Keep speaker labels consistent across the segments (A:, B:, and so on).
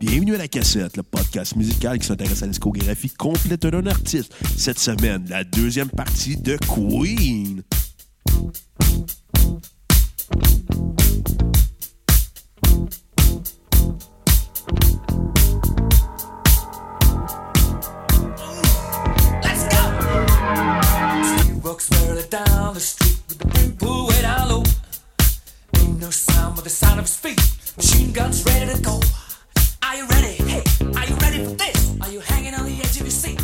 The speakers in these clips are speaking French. A: Bienvenue à La Cassette, le podcast musical qui s'intéresse à la discographie complète d'un artiste. Cette semaine, la deuxième partie de Queen.
B: Let's go! Steve walks squarely down the street with the brim pulled way down low. Ain't no sound but the sound of his feet. Machine guns ready to go. Are you ready? Hey, are you ready for this? Are you hanging on the edge of your seat?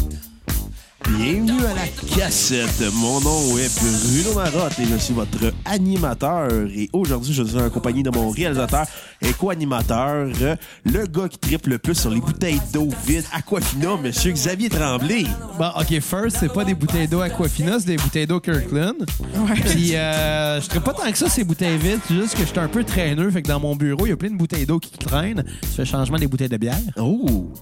A: Bienvenue à la cassette. Mon nom est Bruno Marotte et je suis votre animateur. Et aujourd'hui, je suis en compagnie de mon réalisateur et co-animateur, euh, le gars qui triple le plus sur les bouteilles d'eau vide, Aquafina, monsieur Xavier Tremblay.
C: Bon, OK, first, c'est pas des bouteilles d'eau Aquafina, c'est des bouteilles d'eau Kirkland. Puis, euh, je traite pas tant que ça ces bouteilles vides, c'est juste que j'étais un peu traîneux. Fait que dans mon bureau, il y a plein de bouteilles d'eau qui traînent. Tu fais changement des bouteilles de bière.
A: Oh!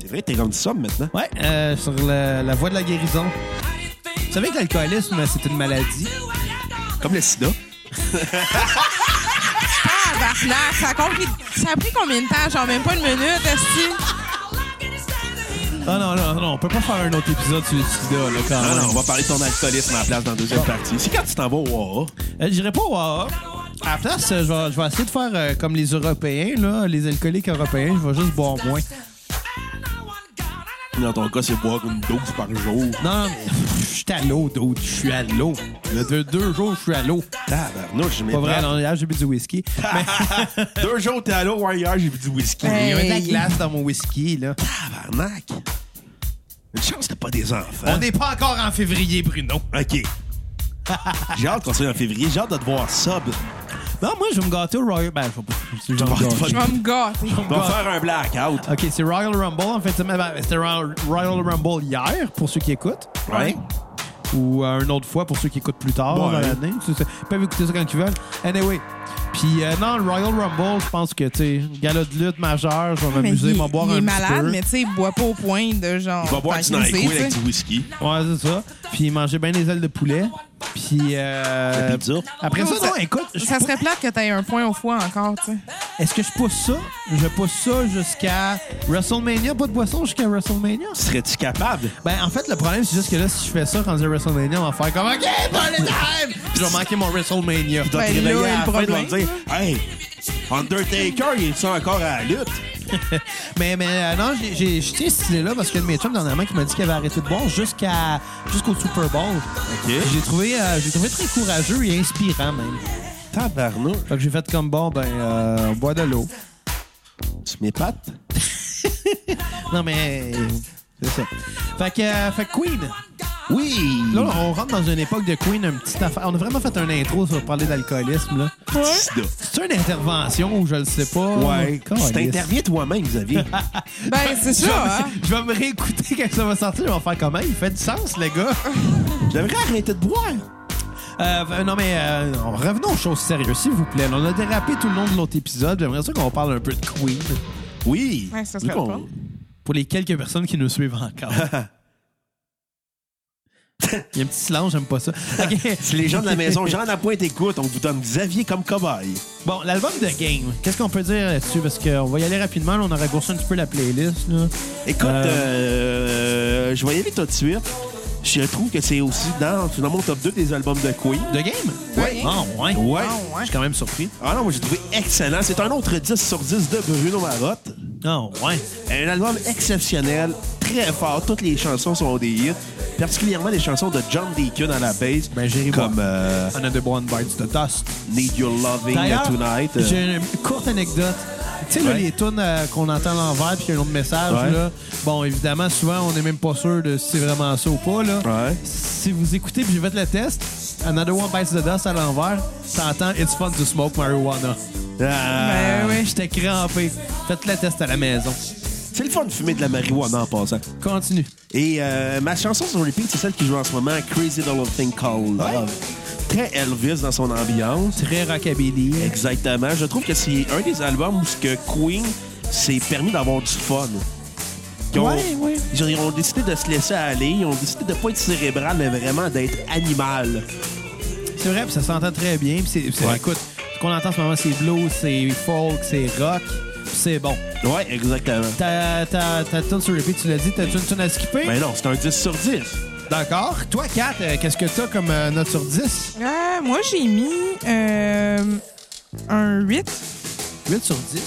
A: C'est vrai, t'es rendu somme maintenant.
C: Ouais, euh, sur la, la voie de la guérison. Vous savez que l'alcoolisme, c'est une maladie.
A: Comme le sida.
D: Tabarnak, ça a, compris- ça a pris combien de temps? Genre, même pas une minute, est
C: Non, Ah non, non, non, on peut pas faire un autre épisode sur le sida, là, quand
A: Non,
C: même.
A: Ah non, on va parler de ton alcoolisme à la place dans la deuxième partie. Ah. C'est quand tu t'en vas au Wawa.
C: Euh, J'irai pas au AA. À la place, euh, je vais, je vais essayer de faire euh, comme les Européens, là, les alcooliques européens. Je vais juste boire moins.
A: Dans ton cas, c'est boire une dose par jour.
C: Non, mais pff, je suis à l'eau, d'autres. Je suis à l'eau. Le deux, deux jours, je suis à l'eau.
A: Tabarnouche, je
C: Pas vrai,
A: m'étonne.
C: non, hier, j'ai bu du whisky. Mais
A: Deux jours, t'es à l'eau, ouais, hier, j'ai bu du whisky.
C: Ah, il y avait de la
D: Hey.
C: glace dans mon whisky, là.
A: Tabarnak! Une chance que t'as pas des enfants.
C: On n'est pas encore en février, Bruno.
A: OK. J'ai hâte qu'on soit en février. J'ai hâte de te voir sub.
C: Non, moi, je vais me gâter au Royal... Ben, je vais pas- je vais me
A: vas- tu
C: gâter.
A: vas-
D: Je vais me gâter.
A: On va faire un blackout.
C: OK, c'est Royal Rumble, en fait. c'est- ben, C'était Royal Royal Rumble hier, pour ceux qui écoutent.
A: Ouais.
C: Ou euh, une autre fois, pour ceux qui écoutent plus tard
A: Ouais.
C: dans l'année. Tu sais, Ils peuvent écouter ça quand ils veulent. Anyway. Puis, euh, non, le Royal Rumble, je pense que, tu sais, gala de lutte majeure, je vais
D: Mais
C: m'amuser,
D: il-
C: m'en boire
D: il
C: un
D: est
C: petit
D: malade,
C: peu.
D: mais tu sais, il boit pas au point de genre.
A: On va boire du
D: tant qu'il
A: Nyquil
D: sait,
A: avec
D: tu
A: du
D: sais.
A: whisky.
C: Ouais, c'est ça. Puis manger bien les ailes de poulet. Puis. euh,
A: La pizza.
C: Après ça,
D: Non,
C: non,
D: ça-
C: écoute. je
D: Ça
C: pou-
D: serait plate que t'aies un point au foie encore, tu sais.
C: Est-ce que je pousse ça? Je pousse ça jusqu'à WrestleMania. Pas de boisson jusqu'à WrestleMania.
A: Serais-tu capable?
C: Ben, en fait, le problème, c'est juste que là, si je fais ça, rendu à WrestleMania, on va faire comme OK, bon time! Puis je vais manquer mon WrestleMania.
A: Tu dois te
D: Ben là,
A: réveiller à
D: le
A: la fin, tu vas
D: problème.
A: te dire Hey, Undertaker, il est encore à la lutte?
C: Mais, mais euh, non, j'ai- j'ai je tiens cette idée-là parce que de mes chums, dernièrement, qui m'a dit qu'il avait arrêté de boire jusqu'à jusqu'au Super Bowl.
A: OK.
C: J'ai trouvé, euh, j'ai trouvé très courageux et inspirant, même.
A: Tabarnouche.
C: Fait que j'ai fait comme bon, ben, euh, on boit de l'eau.
A: Tu m'épates?
C: Non, mais. C'est ça. Fait que, euh, fait que Queen.
A: Oui!
C: Là, on rentre dans une époque de Queen, un petit affaire. On a vraiment fait un intro sur parler d'alcoolisme, là.
A: Sida.
C: C'est une intervention ou je le sais pas.
A: Ouais.
C: Calisse.
A: Tu t'interviens toi-même, Xavier.
D: Ben, c'est
C: Je vais,
D: ça, hein.
C: je vais me réécouter quand ça va sortir. Je vais faire comment? Il fait du sens, le gars.
A: J'aimerais arrêter de boire.
C: Euh, ben, non, mais euh, non, revenons aux choses sérieuses, s'il vous plaît. On a dérapé tout le long de l'autre épisode. J'aimerais ça qu'on parle un peu de Queen
A: Oui.
D: Ouais, ça
A: Vu
D: serait
A: qu'on-
D: le fun.
C: pour les quelques personnes qui nous suivent encore. Il y a un petit silence, j'aime pas ça. Ok.
A: Si les gens de la maison, Jean Lapointe écoute, on vous donne Xavier comme cobaye.
C: Bon, l'album de Game, qu'est-ce qu'on peut dire là-dessus? Parce qu'on va y aller rapidement, là, on a raccourci un petit peu la playlist. Là.
A: Écoute, euh, je vais y aller tout de suite. Je trouve que c'est aussi dans, dans mon top 2 des albums de Queen.
C: De Game?
D: Ouais.
C: Ah,
A: Ouais.
C: ouais.
D: Ah, ouais.
C: Je suis quand même surpris.
A: Ah non, moi j'ai trouvé excellent. C'est un autre 10 sur 10 de Bruno Marotte.
C: Ah, ouais.
A: Un album exceptionnel, très fort. Toutes les chansons sont des hits, particulièrement les chansons de John Deacon à la bass,
C: Ben, j'irai voir.
A: comme euh,
C: Another One Bites the Dust.
A: Need Your Loving
C: D'ailleurs,
A: Tonight. euh,
C: j'ai une courte anecdote. Tu sais, là,
A: Ouais.
C: les tunes euh, qu'on entend à l'envers puis il y a un autre message,
A: Ouais.
C: là. Bon, évidemment, souvent, on n'est même pas sûr de si c'est vraiment ça ou pas, là.
A: Ouais.
C: Si vous écoutez, puis j'ai fait le test, Another One Bites the Dust à l'envers, t'entends It's fun to smoke marijuana.
A: ah,
D: Ben oui.
C: J'étais crampé. Faites le test à la maison.
A: C'est le fun de fumer de la marijuana en passant.
C: Continue.
A: Et euh, ma chanson sur repeat, c'est celle qui joue en ce moment, Crazy Little Thing Called Love. Très Elvis dans son ambiance.
C: Très rockabilly.
A: Exactement. Je trouve que c'est un des albums où ce que Queen s'est permis d'avoir du fun. Ils ont,
C: Ouais, ouais.
A: Ils ont- ils ont décidé de se laisser aller. Ils ont décidé de pas être cérébral, mais vraiment d'être animal.
C: C'est vrai, puis ça s'entend très bien. Puis c'est, c'est-
A: Ouais.
C: Écoute, ce qu'on entend en ce moment, c'est blues, c'est folk, c'est rock. c'est bon.
A: Ouais, exactement.
C: Ta, ta, ta tune sur repeat, tu l'as dit, t'as-tu une tune à skipper?
A: Ben non, c'est un 10 sur 10.
C: D'accord. Toi, Kat, euh, qu'est-ce que t'as comme euh, note sur 10?
D: Ah, moi, j'ai mis euh, un 8.
C: 8 sur 10.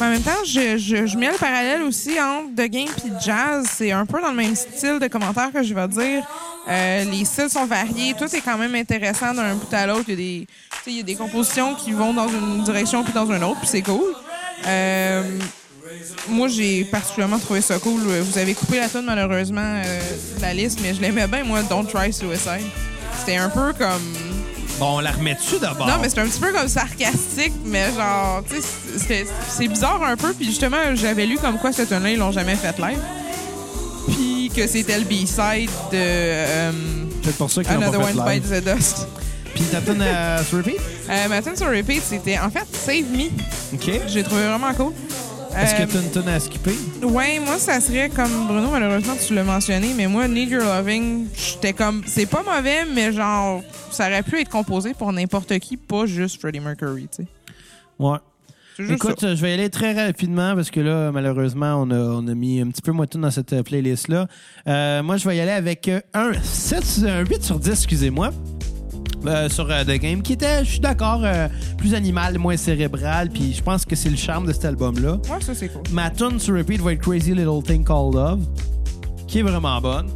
D: Mais en même temps, je, je, je mets le parallèle aussi entre The Game et Jazz. C'est un peu dans le même style de commentaires que je vais dire. Euh, les styles sont variés. Tout est quand même intéressant d'un bout à l'autre. Il y a des, tu sais, il y a des compositions qui vont dans une direction puis dans une autre, puis c'est cool. Euh, moi, j'ai particulièrement trouvé ça cool. Vous avez coupé la tune malheureusement euh, de la liste, mais je l'aimais bien, moi, Don't Try Suicide. C'était un peu comme...
C: Bon, on la remet-tu d'abord?
D: Non, mais c'est un petit peu comme sarcastique, mais genre, tu sais, c'est- c'est bizarre un peu. Puis justement, j'avais lu comme quoi cette tune-là, ils l'ont jamais fait live. Puis que c'était le B-side de euh,
C: C'est pour ça qu'ils l'ont
D: Another
C: pas fait
D: One Bites
C: live.
D: the Dust.
C: Puis ta tune à sur repeat?
D: Euh, ma tune sur repeat, c'était en fait Save Me.
C: OK.
D: J'ai trouvé vraiment cool.
C: Est-ce
D: Euh,
C: que t'as une tune à skipper?
D: Ouais, moi, ça serait comme Bruno, malheureusement, tu l'as mentionné, mais moi, Need Your Loving, j'étais comme. C'est pas mauvais, mais genre, ça aurait pu être composé pour n'importe qui, pas juste Freddie Mercury, tu sais.
C: Ouais.
D: C'est juste
C: Écoute, euh, je vais y aller très rapidement parce que là, malheureusement, on a, on a mis un petit peu moins de tunes dans cette euh, playlist-là. Euh, moi, je vais y aller avec euh, un, 7, sur- un 8 sur 10, excusez-moi. euh, sur euh, The Game, qui était, je suis d'accord, euh, plus animal, moins cérébral, puis je pense que c'est le charme de cet album-là.
D: Ouais, ça, c'est cool.
C: Ma tune sur repeat va être Crazy Little Thing Called Love, qui est vraiment bonne.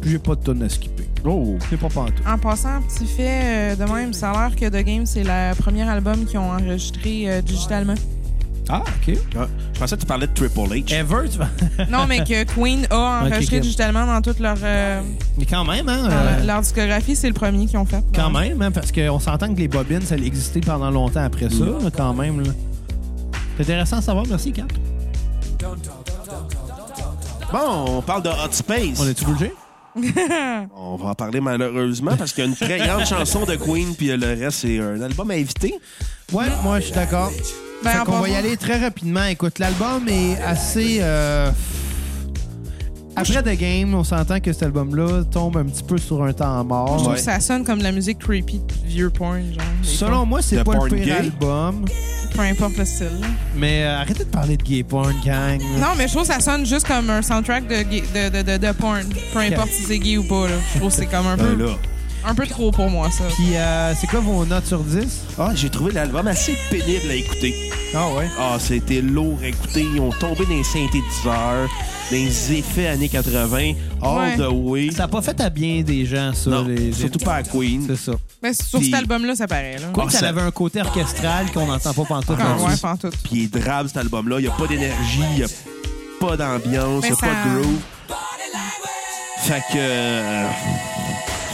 C: Puis j'ai pas de tune à skipper.
A: Oh.
C: C'est pas pantoute.
D: En passant, petit fait euh, de même, ça a l'air que The Game, c'est le premier album qu'ils ont enregistré euh, digitalement.
C: Ah, OK.
A: Ah, Je pensais que tu parlais de Triple H.
C: Ever, tu vas...
D: Non, mais que Queen a
C: Ok,
D: enregistré
C: ok.
D: digitalement dans toute leur, euh,
C: Mais quand même, hein?
D: dans
C: euh,
D: leur discographie. C'est le premier qu'ils ont fait.
C: Quand
D: Donc,
C: même, hein, parce qu'on s'entend que les bobines, ça existait pendant longtemps après ça, là, quand même. là. C'est intéressant à savoir, merci, Kat.
A: Bon, on parle de Hot Space.
C: On est-tu bougé?
A: On va en parler malheureusement parce qu'il y a une très grande chanson de Queen, puis euh, le reste, c'est un album à éviter.
C: Ouais, moi, je suis d'accord.
D: Ben,
C: Fait
D: en
C: qu'on va y
D: passant-
C: aller très rapidement. Écoute, l'album est assez... euh, Après The Game, on s'entend que cet album-là tombe un petit peu sur un temps
D: Je
C: mort.
D: trouve
A: Ouais.
D: que ça sonne comme de la musique creepy, vieux porn, genre. Des
C: Selon moi, c'est
A: The
C: pas le
A: Porn
C: pire
A: Gay.
C: album,
D: fois, Peu importe le style. là.
C: mais euh, arrêtez de parler de gay porn, gang.
D: Non, mais je trouve que ça sonne juste comme un soundtrack de, gay- de, de, de, de porn. Peu importe si c'est gay ou pas, là. Je trouve que c'est comme un
A: Ben
D: peu,
A: là.
D: un peu trop pour moi, ça.
C: Puis, euh, c'est quoi vos notes sur 10?
A: Ah, j'ai trouvé l'album assez pénible à écouter.
C: Ah ouais?
A: Ah, c'était lourd à écouter. Ils ont tombé dans les synthétiseurs, dans les effets années 80, all
D: Ouais.
A: the way.
C: Ça n'a pas fait à bien des gens, ça.
A: Non,
C: les- les-
A: surtout pas à Queen.
C: C'est ça.
D: Mais Ben, sur
A: Puis-
D: cet album-là, ça paraît, là.
C: Quoi
A: Ah,
C: que ça,
A: ça-
C: avait un côté orchestral qu'on n'entend pas pantoute
D: Ah,
C: aujourd'hui.
D: ouais, pantoute.
A: Puis il est drabe, cet album-là. Il n'y a pas d'énergie, il n'y a pas d'ambiance, il
D: Mais
A: n'y a
D: ça-
A: pas de groove. Fait que. euh,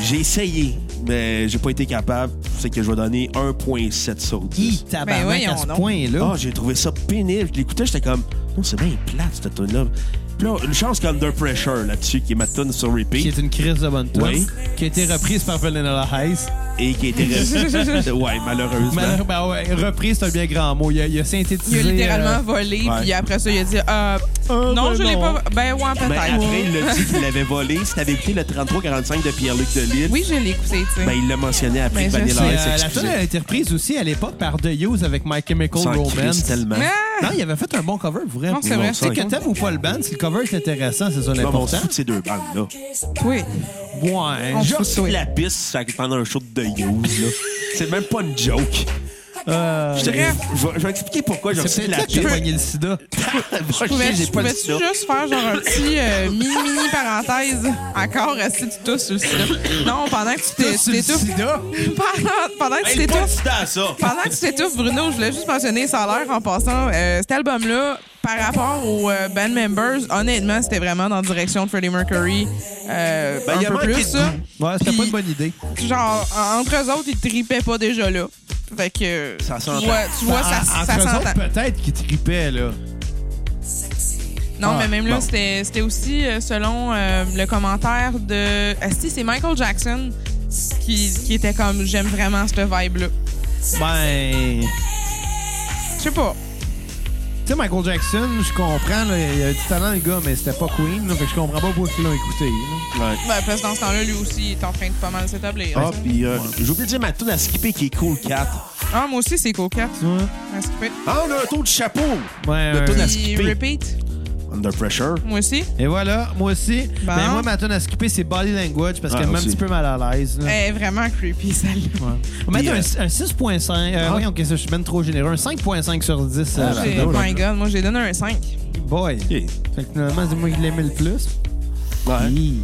A: J'ai essayé, mais j'ai pas été capable. C'est que je vais donner 1,7 sur 10.
C: Hi, tabarnak,
D: Ben voyons
C: à ce
D: donc.
C: point-là.
A: Ah, j'ai trouvé ça pénible. Je l'écoutais, j'étais comme, non, c'est bien plate, cette tune-là. Puis là, une chance comme Under Pressure là-dessus, qui est ma tune sur
C: qui
A: repeat
C: est une crise de bonne tune,
A: Ah, Oui.
C: qui a été reprise par Vanilla Heights.
A: et qui a été. re- ouais, malheureusement.
C: Malheureusement, ben ouais, reprise, c'est un bien grand mot. Il a, il a synthétisé...
D: Il a littéralement
C: euh,
D: volé,
A: ouais.
D: puis après ça, il a dit euh,
C: Euh,
D: Non,
C: ben
D: je l'ai
C: non.
D: pas. Ben, ouais,
A: Ben,
D: peut-être.
A: après, il l'a dit qu'il l'avait volé. Si t'avais écouté le 33-45 de Pierre-Luc Delisle,
D: Oui, je l'ai écouté, tu sais.
A: ben, il l'a mentionné après
D: Mais
A: que
D: je
A: Vanilla
D: sais,
C: euh,
A: Ice
C: la tune
A: s'excusait.
C: a été reprise aussi à l'époque par The Hughes avec My Chemical
A: Sans
C: Romance.
A: crise tellement.
D: Ah!
C: Non, il avait fait un bon cover, pour vrai.
D: Non, c'est vrai.
A: bon,
D: c'est
A: ça,
C: Que
D: cool.
C: t'aimes ou pas le band, si le cover est intéressant, c'est ça
A: Je m'en
C: l'important.
A: fous de ces deux bandes-là.
D: Oui.
C: Ouais.
D: On
A: J'ai
D: fout de
A: reçu
D: toi.
A: la piste ça- pendant un show de Hughes, là. C'est même pas une joke.
C: Euh,
A: Je, te- je vais- je vais expliquer pourquoi j'ai
C: c'est
A: reçu
C: peut-être là
A: la
C: que j'ai
A: piste.
C: poigné le sida.
A: Broché,
D: Pouvais-
A: j'ai
D: Je
A: pas le
D: Pouvais-tu
A: sida.
D: juste faire genre un petit euh, mini-mini parenthèse encore euh, si tu tousses sur le sida? Non, pendant que tu t'é-
C: Sur le
D: t'étouffes.
C: sida.
D: Pendant, pendant que tu
A: Hey, pas de
D: t'étouffes.
A: sida à ça.
D: Pendant que tu t'étouffes, Bruno, je voulais juste mentionner, ça a l'air en passant, euh, cet album-là, par rapport aux euh, band members, honnêtement, c'était vraiment dans la direction de Freddie Mercury. Euh,
A: Ben, il a
D: un peu
A: manqué
D: plus,
A: de
D: ça.
C: Ouais, c'était pas
D: Puis-
C: une bonne idée.
D: genre, en- entre eux autres, ils tripaient pas déjà là. Fait que.
A: Ça
D: tu
A: s'entend.
D: vois, tu vois, ça,
C: Ben, En-
D: ça,
C: entre eux autres,
D: s'entend.
C: peut-être qu'ils tripaient, là.
D: Non,
C: Ah,
D: mais même là,
C: bon.
D: c'était c'était aussi euh, selon euh, le commentaire de. Ah, si, c'est Michael Jackson qui, qui était comme j'aime vraiment cette vibe-là.
C: Ben.
D: Je sais pas.
C: sais, Michael Jackson, je comprends, là, il a du talent, le gars, mais c'était pas Queen, là, fait que je comprends pas pourquoi ils l'ont écouté. là.
A: Ouais.
D: Ben, parce que dans ce temps-là, lui aussi, il est en train de pas mal s'établir.
A: Ah, puis euh, j'ai oublié de dire ma tune à skipper qui est Cool Cat.
D: Ah, moi aussi, c'est coquette.
C: Tu vois?
D: À skipper.
A: Ah, on a un tour de chapeau!
C: Ouais,
A: Le
C: ouais,
A: tune à
C: ouais.
D: Puis
A: skipper.
D: repeat,
A: Under Pressure.
D: moi aussi.
C: euh, Et voilà, moi aussi.
D: Bon.
C: Mais moi, ma tune à skipper, c'est Body Language parce
A: Ouais,
C: qu'elle m'a un
A: aussi.
C: petit peu mal à l'aise. là.
D: Elle est vraiment creepy, celle-là.
C: Ouais. On va
A: Puis,
C: mettre un,
A: euh,
C: un 6.5. Euh,
A: Ah.
C: Voyons, que je suis même trop généreux. Un 5.5 sur 10. euh,
A: Ah,
C: là.
A: c'est
D: J'ai-
A: drôle,
D: my god, moi, j'ai donné un 5.
C: Boy.
A: Ok.
C: Fait que finalement, c'est moi qui l'aimais le plus.
A: Ouais.
C: Hi.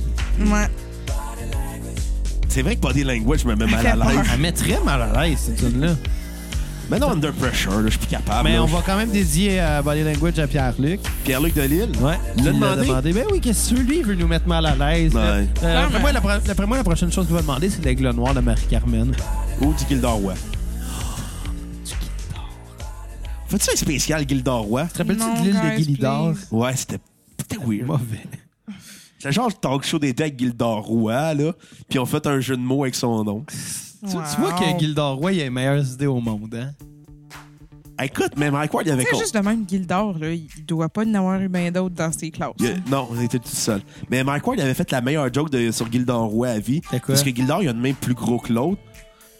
D: Ouais.
A: C'est vrai que Body Language me met mal à l'aise.
C: Elle met très mal à l'aise, cette tune-là.
A: Mais non, Under Pressure, là, je suis plus capable.
C: Mais
A: là.
C: on va quand même dédier euh, Body Language à Pierre-Luc.
A: Pierre-Luc Delisle. Il l'a
C: Il l'a
A: demandé.
C: demandé. Ben oui, qu'est-ce que tu veux? lui, il veut nous mettre mal à l'aise.
A: Ouais.
C: Euh,
D: Clairement.
C: D'après moi, la pro- d'après moi, la prochaine chose qu'il va demander, c'est l'aigle noir de Marie-Carmen.
A: Ou du Gildor Roy. Fais-tu un spécial Gildor Roy?
C: Te rappelles-tu
D: Non,
C: de l'île de
D: guys,
C: Gilidor?
D: please.
A: Ouais, c'était c'était weird.
C: Mauvais.
A: C'est genre le talk show d'été avec Gildor Roy, là. Puis on fait un jeu de mots avec son nom.
C: Tu, tu vois que Gildor Roy, il a les meilleures idées au monde, hein?
A: Écoute, mais Mike Ward, il avait
D: Tu sais,
A: con-
D: juste de même, Gildor, là, il doit pas en avoir eu bien d'autres dans ses classes.
A: Il a- Non, on était tout seul. Mais Mike Ward, il avait fait la meilleure joke de- sur Gildor Roy à vie.
C: C'est quoi?
A: Parce que Gildor, il a une main plus gros que l'autre.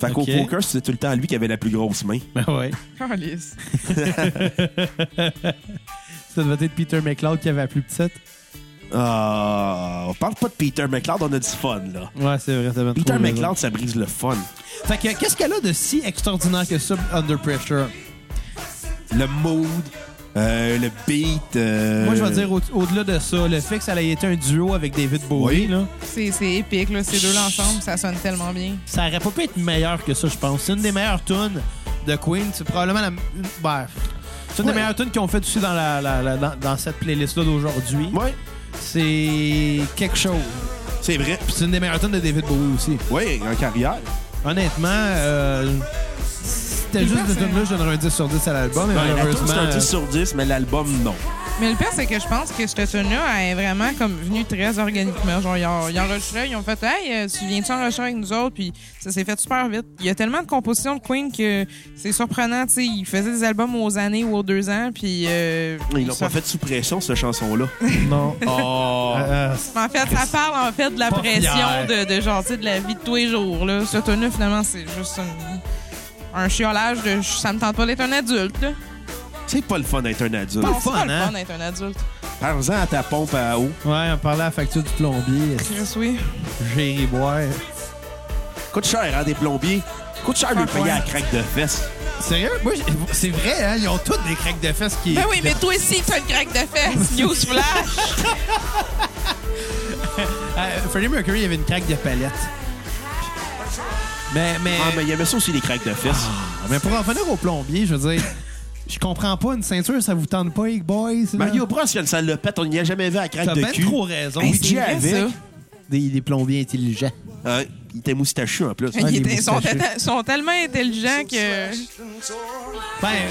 A: Fait qu'au
C: Ok.
A: poker, c'était tout le temps lui qui avait la plus grosse main.
C: Ben ouais.
D: Calisse.
C: Ça devait être Peter McLeod qui avait la plus petite.
A: Ah, on parle pas de Peter McLeod, on a du fun, là.
C: Ouais, c'est vrai, ça va
A: Peter McLeod, ça brise le fun.
C: Fait que qu'est-ce qu'elle a de si extraordinaire que ça, Under Pressure?
A: Le mood, euh, le beat. euh,
C: Moi, je vais dire au- au-delà de ça, le fait que ça ait été un duo avec David Bowie,
A: Oui.
C: là,
D: C'est c'est épique, là. Ces deux là ensemble, ça sonne tellement bien.
C: ça aurait pas pu être meilleur que ça, je pense. C'est une des meilleures tunes de Queen. C'est probablement la. ben, c'est une
A: Ouais.
C: des meilleures tunes qu'ils ont fait aussi dans, la, la- la- dans, dans cette playlist-là d'aujourd'hui.
A: Ouais,
C: C'est quelque chose.
A: c'est vrai.
C: Puis c'est une des meilleures tunes de David Bowie aussi.
A: Oui, en carrière.
C: Honnêtement, euh, c'était juste de tune là je donnerais un 10 sur 10 à l'album. Et
A: Ben, la tune,
C: malheureusement.
A: c'est un 10
C: euh,
A: sur 10, mais l'album, non.
D: Mais le pire, c'est que je pense que cette tune-là, elle est vraiment comme venue très organiquement. Genre, ils ont, ils ont enregistré, ils ont fait Hey, euh, tu viens-tu enregistrer avec nous autres? Puis ça s'est fait super vite. Il y a tellement de compositions de Queen que c'est surprenant. Tu sais, ils faisaient des albums aux années ou aux deux ans, puis. euh,
A: Ils l'ont
D: ça-
A: pas fait sous pression, cette chanson-là.
C: Non.
A: Oh!
C: Euh,
D: Mais En fait, ça parle en fait de la
C: Pas
D: pression
C: fier.
D: de, de genre, tu sais, de la vie de tous les jours. Là. Ce tune-là, finalement, c'est juste un- un chiolage de ça me tente pas d'être un adulte. Là.
A: c'est pas le fun d'être un adulte.
D: Non,
C: le
D: c'est
C: fun,
D: pas le
C: hein?
D: fun d'être un adulte.
A: Parle-en à ta pompe à eau.
C: ouais, on parlait à la facture du plombier.
D: Chris, oui.
C: J'ai boire.
A: Coûte cher, hein, des plombiers. Coûte cher de le
D: Fuck,
A: payer
D: ouais.
A: à craque de fesses.
C: Sérieux? Moi, j'ai- c'est vrai, hein? Ils ont tous des craques de fesses qui.
D: Ben oui, mais toi aussi, t'as une craque de fesses. Newsflash.
C: Euh, Freddie Mercury, il avait une craque de palette. Mais, mais,
A: Ah, mais il y avait ça aussi, les craques de fesses.
C: mais pour en venir au plombier, je veux dire, je comprends pas, une ceinture, ça vous tente pas, les boys? là?
A: Mario Bros, quand ça le pète, on n'y a jamais vu à craque
C: T'as
A: de
C: ben
A: cul.
C: trop raison.
A: Hey,
C: Luigi
A: c'est vrai,
C: avait
A: ça.
C: des, des plombiers intelligents.
A: Hein, il était moustachu en plus.
C: Ah,
D: Ils
C: les
D: étaient- sont,
C: moustachus.
D: tellement- sont tellement intelligents que.
C: Ben, ils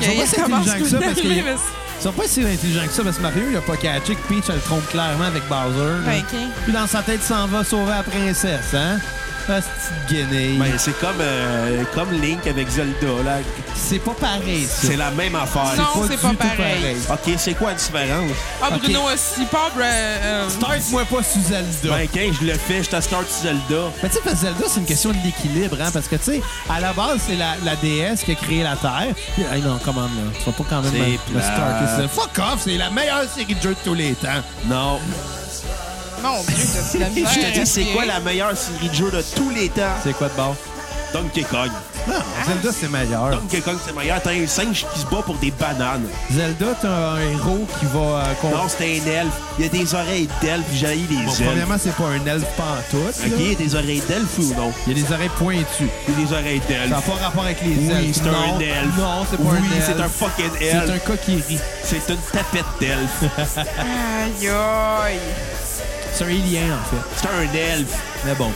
D: qu'ils
C: sont pas si intelligents que ça parce qu'ils
D: parce
C: ils sont pas si intelligents que ça parce que Mario, il a pas catché que Peach, elle le trompe clairement avec Bowser. là.
D: Ben, ok.
C: Puis dans sa tête, il s'en va sauver la princesse, hein? Ah, petite guenille.
A: Ben, c'est comme, euh, comme Link avec Zelda. Là.
C: c'est pas pareil, ça.
A: C'est la même affaire.
D: Non.
C: du
D: c'est pas
C: tout
D: pareil.
A: OK, c'est quoi la différence?
D: Ah,
C: Ok.
D: Bruno aussi, pauvre. euh, euh,
C: Start-moi pas sous Zelda.
A: Ben, quand je le fais, je t'assure sur Zelda.
C: Mais tu sais, parce que Zelda, c'est une question de l'équilibre, hein? Parce que, tu sais, à la base, c'est la, la déesse qui a créé la Terre. Puis, hey, non, commande, là. Tu vas pas quand même
A: C'est
C: me- me
A: plate.
C: starter ça. Fuck off, c'est la meilleure série de jeux de tous les temps.
A: Non.
D: Mon Dieu, t'as de la
A: Je
D: misère hein. à
A: te dis, c'est
D: respirer.
A: quoi la meilleure série de jeux de tous les temps?
C: C'est quoi de bord?
A: Donkey Kong.
C: Non, Ah, Zelda, c'est meilleur.
A: Donkey Kong, c'est meilleur. T'as un singe qui se bat pour des bananes.
C: Zelda, t'as un héros qui va... euh, contre-
A: Non, c'est un elfe. Il a des oreilles d'elfe, puis jaillit les
C: Bon,
A: elfes.
C: premièrement, c'est pas un elfe pantoute.
A: OK, il
C: là.
A: a des oreilles d'elfe ou non?
C: Il y a des oreilles pointues.
A: Il a des oreilles
C: Ça n'a
A: d'elfe.
C: pas rapport avec les elfes.
A: Oui, c'est
C: Non,
A: un elfe.
C: Non, c'est pas un
A: Oui,
C: elfe.
A: c'est un fucking
C: C'est un
A: elfe.
C: coquillerie.
A: C'est une tapette d'elfe.
D: Aïe, aïe.
C: C'est un alien, en fait.
A: C'est un elfe.
C: Mais bon.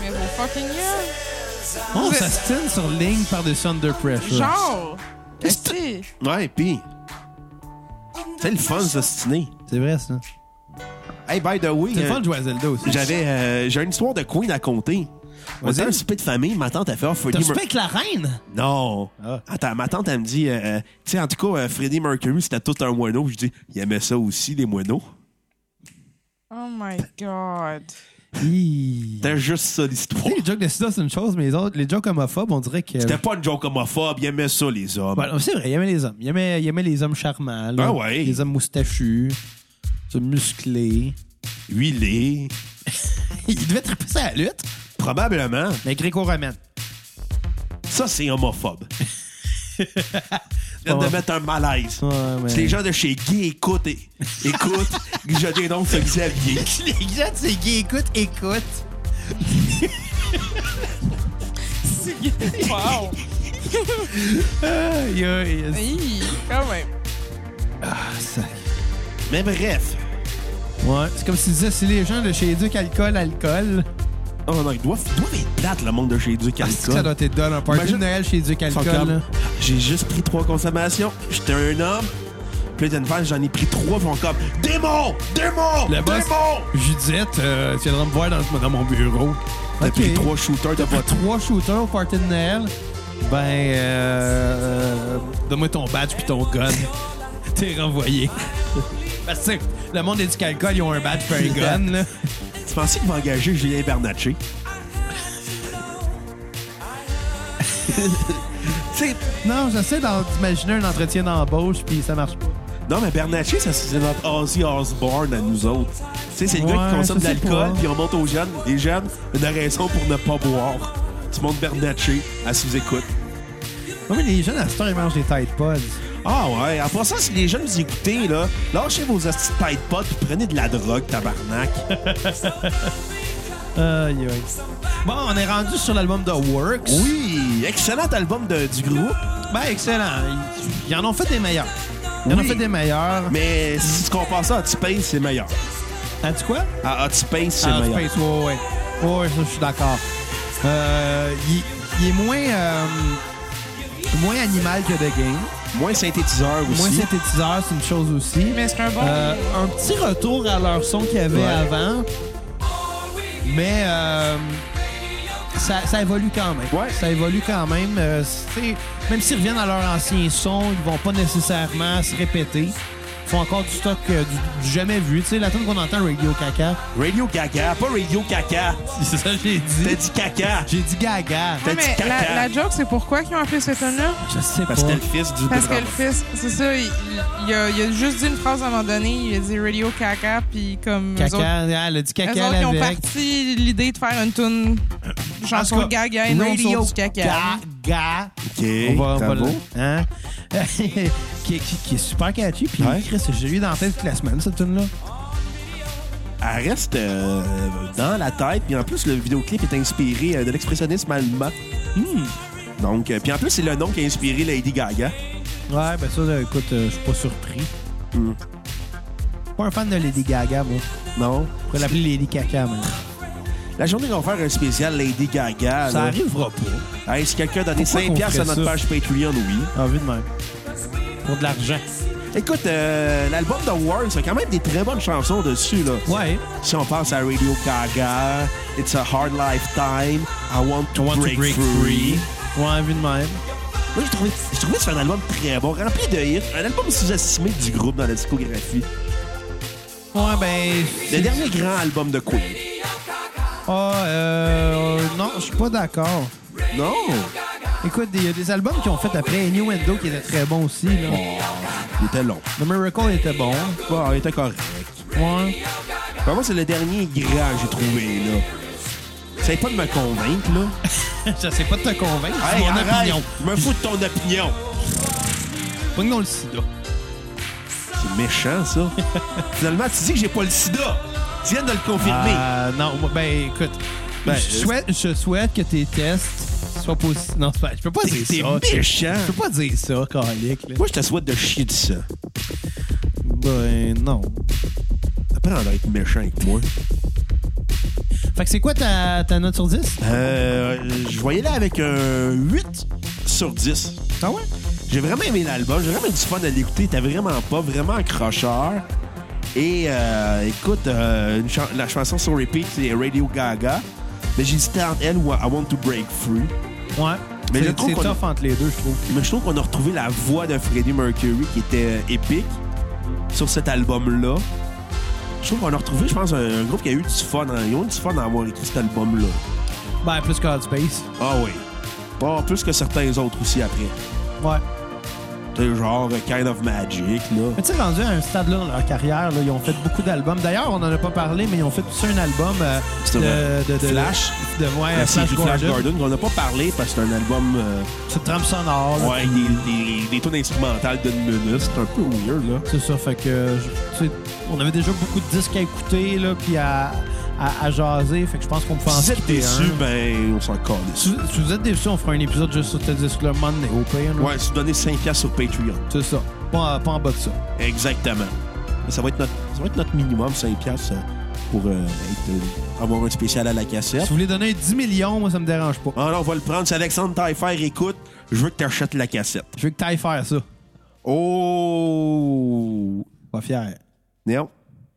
D: Mais vos fucking gueules.
C: On
D: Vous-
C: s'astine sur ligne par-dessus Under Pressure.
D: Genre. Esti.
A: Ouais, pis... C'est le fun, ça, stiné.
C: C'est vrai, ça.
A: Hey, by the way,
C: C'est le
A: euh,
C: fun de jouer à Zelda aussi.
A: j'avais euh, j'ai une histoire de Queen à compter. On était à un souper de famille, ma tante a fait oh, Freddie
C: T'as
A: Mercury.
C: super avec la reine?
A: Non. Attends, ma tante, elle me dit, euh, euh, tu sais, en tout cas, euh, Freddie Mercury, c'était tout un moineau. Je dis, il aimait ça aussi, les moineaux.
D: Oh my God.
C: Hi.
A: C'était juste ça, l'histoire.
C: Les jokes de sida, c'est une chose, mais les autres, les jokes homophobes, on dirait que.
A: C'était pas une joke homophobe, il aimait ça, les hommes.
C: Ouais, non, c'est vrai, il aimait les hommes. Il aimait, il aimait les hommes charmants, là.
A: Ah ouais.
C: les hommes moustachus, les hommes musclés.
A: Huilé,
C: Il devait triper sa lutte,
A: probablement.
C: mais gréco-romaine.
A: Ça, c'est homophobe. Viens
C: Pas
A: de
C: mal.
A: mettre un malaise.
C: Ouais, mais-
A: Si les gens de chez Guy écoutent, é- écoutent, je dénonce Xavier.
C: Les gens, c'est qui écoute, écoute.
D: Wow.
C: Aïe, aïe, aïe.
D: Hi, quand même.
C: Sac.
A: Mais bref.
C: Ouais, c'est comme si tu disais, si les gens de chez Duc alcool, alcool,
A: Oh non, ils doivent, ils doivent être plates, le monde de chez Duc
C: c'est Ah, que ça doit
A: Alcool.
C: être donne un party
A: Imagine-
C: de Noël chez Duc
A: Ils sont
C: alcool.
A: comme,
C: là.
A: J'ai juste pris trois consommations. J'étais un homme. Puis là, d'une femme, j'en ai pris trois. Puis on comme Démon! Démon!
C: Le boss,
A: Démon!
C: Judith, euh, tu viendras me voir dans, dans mon bureau.
A: T'as
C: Ok.
A: pris trois shooters, t'as pas
C: Trois shooters au party de Noël. Ben, euh, euh, donne-moi ton badge puis ton gun. T'es renvoyé. Parce que tu sais, le monde des Duc alcool, ils ont un badge puis un gun, là.
A: Tu pensais qu'il va engager Julien Bernatchez? tu sais,
C: Non, j'essaie d'en- d'imaginer un entretien d'embauche puis ça marche pas.
A: non, mais Bernatchez, ça, c'est notre Ozzy Osbourne à nous autres. Tu sais, c'est le gars qui
C: Ouais,
A: consomme de
C: ça, c'est
A: l'alcool,
C: pas.
A: puis on monte aux jeunes. Les jeunes, une raison pour ne pas boire. Tu montes Bernatchez à sous-écoute.
C: Non, mais les jeunes, à ce temps, ils mangent des Tide Pods.
A: Ah ouais, en passant, si les jeunes vous écoutez, là, lâchez vos hosties de Tide Pod puis prenez de la drogue, tabarnak.
C: Aïe, aïe. Bon, on est rendu sur l'album The Works.
A: Oui, excellent album de- du groupe,
C: Ben, excellent. Ils, ils en ont fait des meilleurs. Ils en ont
A: Oui.
C: fait des meilleurs.
A: mais si tu compares ça à Hot Space, c'est meilleur.
C: T'as dit quoi?
A: À Hot Space, c'est
C: Ah,
A: meilleur.
C: Space, ouais, ouais. Ouais, ouais, ça, je suis d'accord. Euh, il, il est moins, euh, moins animal que The Game.
A: Moins synthétiseur aussi.
C: Moins synthétiseur, c'est une chose aussi.
D: Mais c'est un bon.
C: Euh, un petit retour à leur son qu'il y avait
A: Ouais.
C: avant. Mais euh, ça, ça évolue quand même.
A: Ouais.
C: Ça évolue quand même. Euh, c'est- même s'ils reviennent à leur ancien son, ils vont pas nécessairement se répéter. Ils font encore du stock euh, du, du jamais vu. Tu sais, la tune qu'on entend, Radio Caca.
A: Radio Gaga, pas Radio Caca.
C: C'est ça que j'ai
A: T'as
C: dit.
A: dit caca.
C: J'ai dit gaga.
A: T'as
D: Ouais,
A: dit
D: mais
A: caca.
D: la, la joke, c'est pourquoi ils ont appelé cette tune-là?
C: Je sais
A: Parce que
C: pas.
A: t'es le fils du
D: Parce que
A: drame.
D: le fils, c'est ça, il, il a, il a juste dit une phrase à un moment donné, il a dit radio caca, puis comme eux autres,
C: Caca, elle a dit
D: eux
C: caca
D: autres, ils ont
C: avec.
D: parti l'idée de faire une tune
C: En
D: chanson
C: tout cas,
D: gaga et non sur du caca.
C: Gaga.
A: Ok,
C: On va, on va
A: t'as
C: le-
A: beau.
C: hein? qui, qui- qui est super catchy. Puis
A: Ouais.
C: Chris, j'ai eu dans la tête toute la semaine, cette tune-là.
A: Elle reste euh, dans la tête. Puis en plus, le vidéoclip est inspiré euh, de l'expressionnisme allemand.
D: Hmm.
A: Donc, euh, puis en plus, c'est le nom qui a inspiré Lady Gaga.
C: Ouais, ben ça, là, écoute, euh, je suis pas surpris.
A: Hmm.
C: Pas un fan de Lady Gaga, moi.
A: Non.
C: Faut l'appeler Lady Caca, man.
A: La journée qu'on va faire un spécial Lady Gaga.
C: Ça
A: là.
C: arrivera pas.
A: Hey, si quelqu'un a donné
C: Pourquoi
A: 5
C: qu'on
A: piastres à
C: ferait
A: notre
C: ça?
A: page Patreon, oui.
C: En vue Ah, de même. Pour de l'argent.
A: Écoute, euh, l'album The Works a quand même des très bonnes chansons dessus. Là.
C: Ouais.
A: Si on pense à Radio Gaga, It's a Hard Lifetime, I Want to, break, free.
C: Ouais, en vue de même.
A: Moi, j'ai trouvé, j'ai trouvé que c'est un album très bon, rempli de hits. Un album sous-estimé du groupe dans la discographie.
C: Ouais, ben.
A: Le
C: c'est-
A: dernier grand album de Queen.
C: Ah, euh. Non, je suis pas d'accord.
A: Non!
C: Écoute, il y a des albums qui ont fait après Innuendo qui étaient très bons aussi, là.
A: Il était long.
C: The Miracle était bon.
A: Bon, il était correct.
C: Ouais.
A: Vraiment, c'est le dernier grand que j'ai trouvé, là. Essaye pas de me convaincre, là.
C: J'essaie pas de te convaincre. C'est
A: Hey,
C: mon
A: arrête!
C: opinion.
A: Je me fous de ton opinion!
C: Pogne dans le sida.
A: C'est méchant, ça. Finalement, tu dis que j'ai pas le sida. Tu viens de le confirmer.
C: Euh, non, moi, ben euh, écoute.
A: Ben,
C: je, souhaite, je souhaite que tes tests soient positifs. Non, c'est pas- je peux pas
A: T'es-
C: dire
A: t'es
C: ça.
A: méchant.
C: Je peux pas dire ça, Calic. là.
A: Moi, je te souhaite de chier du sang.
C: Ben non.
A: Apprends à être méchant avec moi.
C: Fait que c'est quoi ta, ta note sur 10?
A: Euh, je voyais là avec un 8 sur 10.
C: Ah ouais?
A: J'ai vraiment aimé l'album. J'ai vraiment eu du fun à l'écouter. T'as vraiment pas, vraiment accrocheur. Et euh, écoute, euh, une chan- la chanson sur repeat, c'est Radio Gaga. Mais j'hésitais entre elle ou I Want to Break Free.
C: Ouais.
A: Mais
C: C'est-
A: je trouve
C: c'est
A: qu'on-
C: tough entre les deux, je trouve.
A: Mais je trouve qu'on a retrouvé la voix de Freddie Mercury qui était euh, épique sur cet album-là. Je trouve qu'on a retrouvé, je pense, un, un groupe qui a eu du fun. hein. Ils ont eu du fun à avoir écrit cet album-là.
C: Ben, plus que Hot Space.
A: Ah oui. Bon, plus que certains autres aussi après.
C: Ouais.
A: Tu sais, genre euh, Kind of Magic, là.
C: Mais tu sais, rendu à un stade là dans leur carrière, là, ils ont fait beaucoup d'albums. D'ailleurs, on n'en a pas parlé, mais ils ont fait tout ça un album euh,
A: C'est vrai.
C: de, de, de-
A: Flash.
C: De, ouais,
A: La
C: Euh, Flash
A: série Flash
C: Gordon.
A: Garden, qu'on n'a pas parlé parce que c'est un album euh,
C: C'est une trame sonore. là.
A: ouais, des, des, des tunes instrumentales d'une minute. C'est un peu weird, là.
C: C'est ça, fait que euh, je- tu sais, on avait déjà beaucoup de disques à écouter là, puis à, à, à jaser, fait que je pense qu'on peut en
A: Si vous êtes
C: skipper
A: déçus,
C: un.
A: ben, on s'en calisse.
C: Si, vous- si vous êtes déçus, on fera un épisode juste sur ce disque-là, un moment donné, au pire. là.
A: Ouais, se donner 5 piastres sur Patreon.
C: C'est ça. Pas, pas en bas de ça.
A: Exactement. Ça va être notre, ça va être notre minimum, 5 piastres, euh, pour euh, être, euh, avoir un spécial à la
C: Si
A: cassette.
C: vous voulez donner 10 millions, moi, ça me dérange pas.
A: Ah non, on va le prendre. Si Alexandre Taillefer écoute, je veux que tu achètes la cassette.
C: Je veux que t'ailles faire ça.
A: Oh!
C: Pas fier.
A: Non.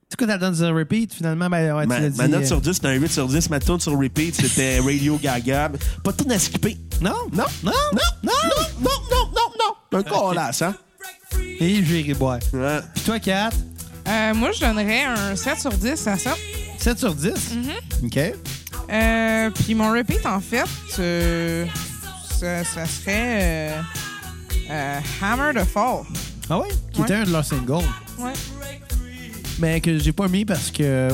C: C'est quoi ta donne un repeat, finalement? Ben, ouais,
A: Ma,
C: Ah, tu l'as
A: ma
C: dit,
A: note
C: euh,
A: sur 10, c'était un 8 sur 10. Ma tune sur repeat, c'était Radio Gaga. Pas de tune à skipper.
C: Non?
A: Non?
C: Non?
A: Non? Non? Non? Non? Non? Non? Un colasse, hein?
C: Et j'irai boire.
A: Ouais.
C: Puis toi, Kat,
D: Euh, moi, je donnerais un 7 sur 10 à ça.
C: 7 sur 10? OK.
D: Euh, Puis mon repeat, en fait, euh, ça, ça serait euh, euh, Hammer the Fall.
C: Ah ouais? Qui était un de leurs singles.
D: Ouais.
C: Mais que j'ai pas mis parce que...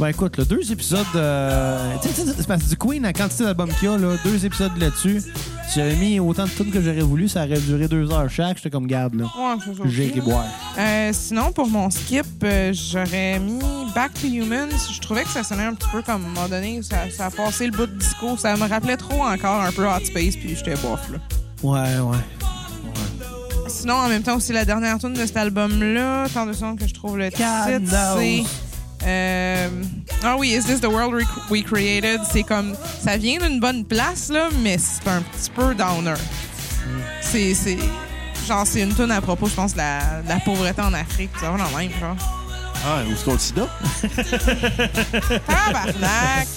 C: Ben écoute, là, deux épisodes... euh, tu sais, tu sais, c'est parce que du Queen, la quantité d'albums qu'il y a, là, deux épisodes là-dessus. Si j'avais mis autant de tunes que j'aurais voulu, ça aurait duré deux heures chaque. J'étais comme garde, là.
D: Ouais, c'est ça.
C: J'irai boire.
D: Euh, sinon, pour mon skip, euh, j'aurais mis Back to Humans. Je trouvais que ça sonnait un petit peu comme à un moment donné, ça, ça a passé le bout de disco. Ça me rappelait trop encore un peu Hot Space, puis j'étais bof. Là.
C: Ouais, ouais.
D: Sinon, en même temps, aussi, la dernière tune de cet album-là, tant de secondes que je trouve le titre,
C: Candles.
D: c'est... euh, ah oui, Is This the World Rec- We Created? C'est comme. Ça vient d'une bonne place, là, mais c'est un petit peu downer. C'est. c'est- Genre, c'est une tune à propos, je pense, de la, de la pauvreté en Afrique. Ça va dans le même, genre.
A: Ah, où est-ce qu'on le sida?
D: Tabarnak!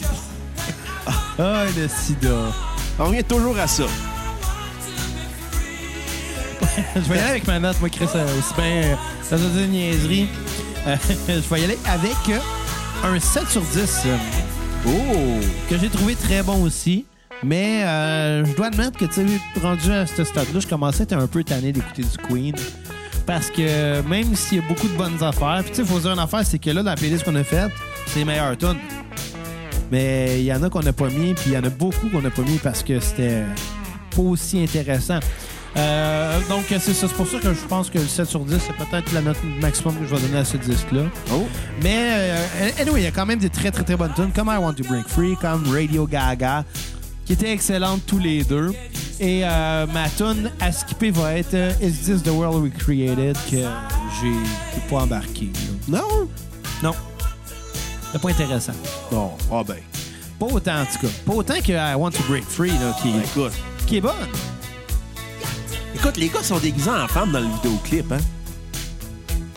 C: Ah, le sida.
A: On revient toujours à ça.
C: je vais y aller avec ma note, moi, Chris, euh, aussi bien. euh, Ça veut dire une niaiserie. Euh, je vais y aller avec euh, un 7 sur 10. euh,
A: Oh!
C: que j'ai trouvé très bon aussi. Mais euh, je dois admettre que, tu sais, rendu à ce stade-là, je commençais à être un peu tanné d'écouter du Queen. Parce que même s'il y a beaucoup de bonnes affaires, puis tu sais, il faut dire une affaire, c'est que là, dans la playlist qu'on a faite, c'est les meilleures tunes. Mais il y en a qu'on n'a pas mis, puis il y en a beaucoup qu'on n'a pas mis parce que c'était pas aussi intéressant. Euh, donc, c'est ça. C'est pour ça que je pense que le 7 sur 10, c'est peut-être la note maximum que je vais donner à ce disque-là.
A: Oh!
C: Mais euh, anyway, il y a quand même des très très très bonnes tunes comme I Want to Break Free, comme Radio Gaga, qui étaient excellentes tous les deux. Et euh, ma tune à skipper va être euh, Is This the World We Created que j'ai j'ai pas embarqué. là.
A: Non?
C: Non, c'est pas intéressant.
A: Non. Ah ben.
C: Pas autant en tout cas. Pas autant que I Want to Break Free là, qui,
A: Ben, écoute.
C: qui est bonne.
A: Écoute, les gars sont déguisés en femmes dans le vidéoclip, hein?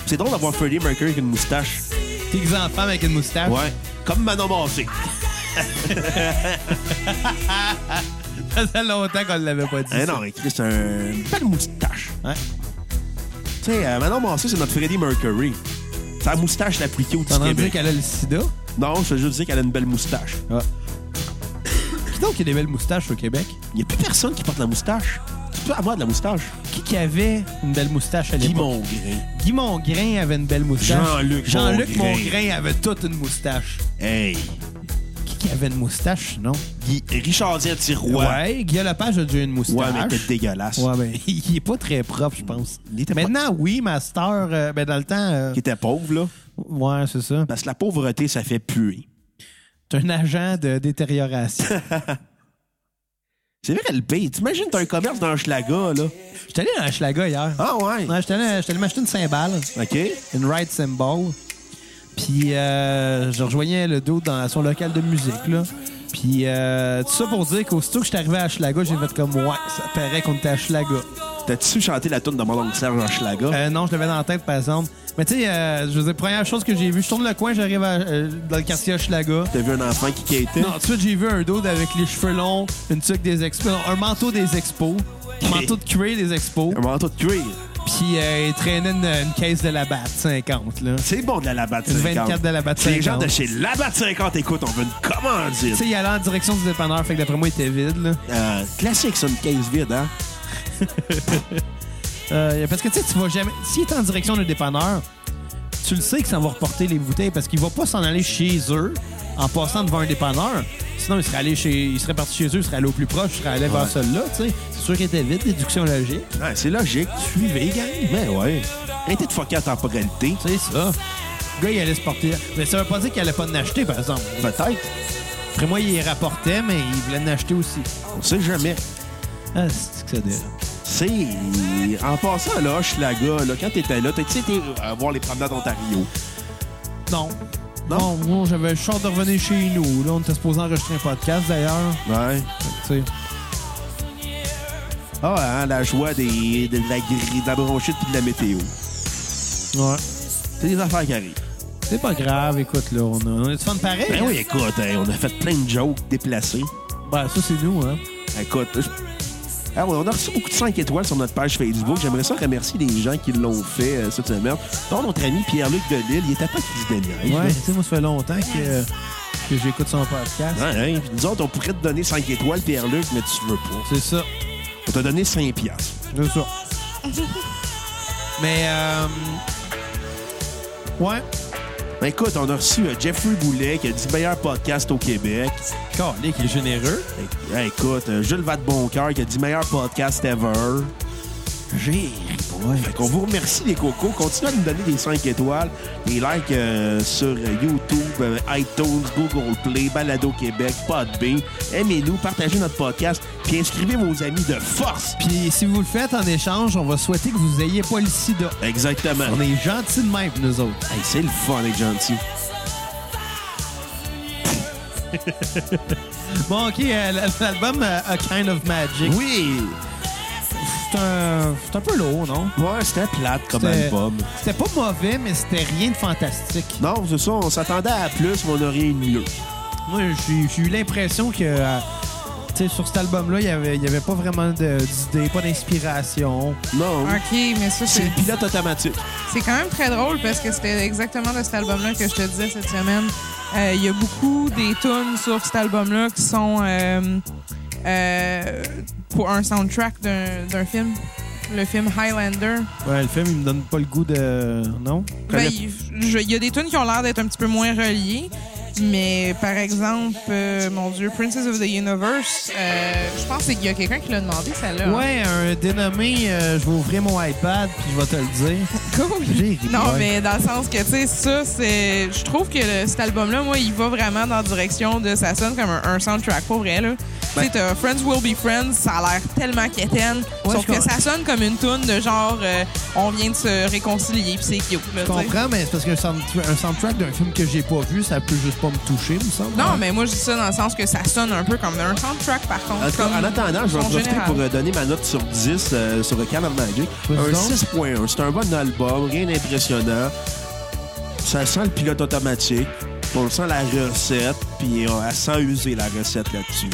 A: C'est drôle d'avoir Freddie Mercury avec une moustache.
C: T'es en femme avec une moustache.
A: Ouais. Comme Manon Massé.
C: Ça fait longtemps qu'on l'avait pas dit.
A: Hein,
C: ça.
A: non, écrit, c'est un... une belle moustache.
C: Ouais.
A: Tu sais, euh, Manon Massé, c'est notre Freddie Mercury. Sa moustache la plus cute
C: T'en
A: du
C: as dit
A: Québec.
C: qu'elle a le sida.
A: Non, je veux juste dire qu'elle a une belle moustache.
C: Ah. Qui donc qui a des belles moustaches au Québec?
A: Il n'y a plus personne qui porte la moustache. Tu peux avoir de la moustache.
C: Qui qui avait une belle moustache à
A: Guy
C: l'époque?
A: Mongrain.
C: Guy Mongrain avait une belle moustache.
A: Jean-Luc
C: Jean-Luc
A: Mongrain.
C: Mongrain avait toute une moustache.
A: Hey.
C: Qui qui avait une moustache, non?
A: Guy... Richard Z. Tiroir.
C: Ouais, Guy Lepage a déjà une moustache.
A: Ouais, mais t'es dégueulasse.
C: Ouais, ben, il est pas très propre, je pense.
A: Il était pas-
C: Maintenant, oui, Master, euh, ben, dans le temps... euh,
A: Qui était pauvre, là.
C: Ouais, c'est ça.
A: Parce que la pauvreté, ça fait puer.
C: T'es un agent de détérioration.
A: C'est vrai qu'elle paye. T'imagines, t'as un commerce dans Schlaga, là.
C: J'étais allé à Schlaga hier.
A: Ah ouais.
C: Ouais, j'étais allé, j'étais allé m'acheter une cymbale.
A: OK.
C: une ride cymbal. Puis euh, je rejoignais le dos dans son local de musique. Là. Puis euh, tout ça pour dire qu'aussitôt que je suis arrivé à Schlaga, j'ai fait comme ouais, ça paraît qu'on était à Schlaga.
A: T'as-tu chanté la tune de mon oncle Serge Schlaga?
C: Euh, non, je l'avais dans la tête, par exemple. Mais tu sais, euh, je veux dire, première chose que j'ai vue, je tourne le coin, j'arrive à, euh, dans le quartier Hochelaga.
A: T'as vu un enfant qui quittait?
C: Non, tout de suite, j'ai vu un dos avec les cheveux longs, une tuque des expos, un manteau des expos, un manteau de cuir des expos,
A: Un manteau de cuir.
C: puis euh, il traînait une, une caisse de la batte 50, là. Tu
A: C'est bon de la Labatt 50.
C: 24 de la Labatt
A: C'est Les gens
C: 50.
A: de chez Labatt 50, écoute, on veut une commandite.
C: sais, il allait en direction du dépanneur, fait que d'après moi, il était vide, là.
A: Euh, classique, ça, une caisse vide, hein?
C: Euh, parce que tu sais, tu vas jamais. S'il est en direction d'un dépanneur, tu le sais que ça va reporter les bouteilles parce qu'il va pas s'en aller chez eux en passant devant un dépanneur. Sinon, il serait allé chez. Il serait parti chez eux, il serait allé au plus proche, il serait allé vers
A: Ouais.
C: celui-là, tu sais. C'est sûr qu'il était vite, déduction logique.
A: Ouais, c'est logique.
C: Suivez, gang.
A: Ben ouais. Arrêtez de fucker la temporalité.
C: C'est ça. Le gars, il allait se porter. Mais ça veut pas dire qu'il allait pas en acheter, par exemple.
A: Peut-être.
C: Après moi, il rapportait, mais il voulait en acheter aussi.
A: On sait jamais.
C: Ah, c'est que ça dérape.
A: C'est... En passant, là, Hochelaga, là, quand t'étais là, t'as-tu été euh, voir les promenades Ontario?
C: Non.
A: Non?
C: Non, moi, j'avais le choix de revenir chez nous. Là, on était supposé enregistrer un podcast, d'ailleurs.
A: Ouais.
C: Tu sais.
A: Ah, hein, la joie des, de, la, gri- de la bronchite puis de la météo.
C: Ouais.
A: C'est des affaires qui arrivent.
C: C'est pas grave, écoute, là, on a, on a du fun pareil.
A: Ben oui, écoute, hein, on a fait plein de jokes déplacés.
C: Ben, ça, c'est nous, hein.
A: Écoute, je- Ah ouais, on a reçu beaucoup de 5 étoiles sur notre page Facebook. J'aimerais ça remercier les gens qui l'ont fait euh, cette semaine. Dont notre ami Pierre-Luc Delille, il était pas qui se déniaise, là.
C: Ouais, tu sais, moi, ça fait longtemps que, que j'écoute son podcast.
A: Ouais, hein, puis nous autres, on pourrait te donner 5 étoiles, Pierre-Luc, mais tu veux pas.
C: C'est ça,
A: On t'a donné 5 piastres.
C: c'est ça. Mais, euh... Ouais,
A: Ben, écoute, on a reçu euh, Jeffrey Boulet qui a dit meilleur podcast au Québec.
C: Carlick, il est généreux.
A: Ben, hey, écoute, euh, Jules Vadeboncoeur qui a dit meilleur podcast ever. J'ai ouais. Fait qu'on vous remercie les cocos. Continuez à nous donner des 5 étoiles, des likes euh, sur euh, YouTube, euh, iTunes, Google Play, Balado Québec, Podbean. Aimez-nous, partagez notre podcast, puis inscrivez vos amis de force.
C: Puis, si vous le faites en échange, on va souhaiter que vous ayez pas le sida.
A: Exactement.
C: On est gentils de même, nous autres.
A: Hey, c'est le fun, les gentils.
C: Bon, OK, euh, l- l'album euh, A Kind of Magic,
A: Oui!
C: c'est un, c'est un peu lourd, non?
A: Ouais, c'était plate comme
C: C'était-
A: album.
C: C'était pas mauvais, mais c'était rien de fantastique.
A: Non, c'est ça, on s'attendait à plus, mais on a rien de mieux.
C: Moi, j'ai j'ai eu l'impression que euh, tu sais, sur cet album-là, il n'y avait, il y avait pas vraiment de- d'idées, pas d'inspiration.
A: Non,
D: OK, mais
A: c'est
D: ça, c'est
A: le pilote automatique.
D: c'est quand même très drôle parce que c'était exactement de cet album-là que je te disais cette semaine. Euh, Il y a beaucoup des tunes sur cet album-là qui sont euh, euh, pour un soundtrack d'un d'un film, le film Highlander.
C: Ouais, le film, il me donne pas le goût de. Non?
D: Ben, il je- il y a des tunes qui ont l'air d'être un petit peu moins reliées. Mais par exemple, euh, mon Dieu, Princess of the Universe, euh, je pense qu'il y a quelqu'un qui l'a demandé, celle-là. hein.
C: Ouais, un dénommé, euh, je vais ouvrir mon iPad puis je vais te le dire.
D: Cool.
C: J'ai ri,
D: Non,
C: ouais.
D: mais dans le sens que, tu sais, ça, c'est. Je trouve que le- cet album-là, moi, il va vraiment dans la direction de. Ça sonne comme un, un soundtrack, pour vrai, là. Tu sais, t'as Friends Will Be Friends, ça a l'air tellement quétaine.
C: Ouais,
D: sauf
C: je
D: que
C: com-
D: ça sonne comme une toune de genre, euh, on vient de se réconcilier, puis c'est cute, là,
C: Je
D: tu sais.
C: comprends, mais c'est parce qu'un sound- un soundtrack d'un film que j'ai pas vu, ça peut juste pas me toucher, me semble.
D: Non, mais moi, je dis ça dans le sens que ça sonne un peu comme un soundtrack, par contre.
A: En, tout cas,
D: comme
A: en attendant, je vais en
D: son
A: profiter
D: général.
A: pour euh, donner ma note sur 10 euh, sur le Can of Magic.
C: Vas-y
A: Un
C: donc.
A: 6.1. C'est un bon album, rien d'impressionnant. Ça sent le pilote automatique. On sent la recette, puis on elle sent user la recette là-dessus.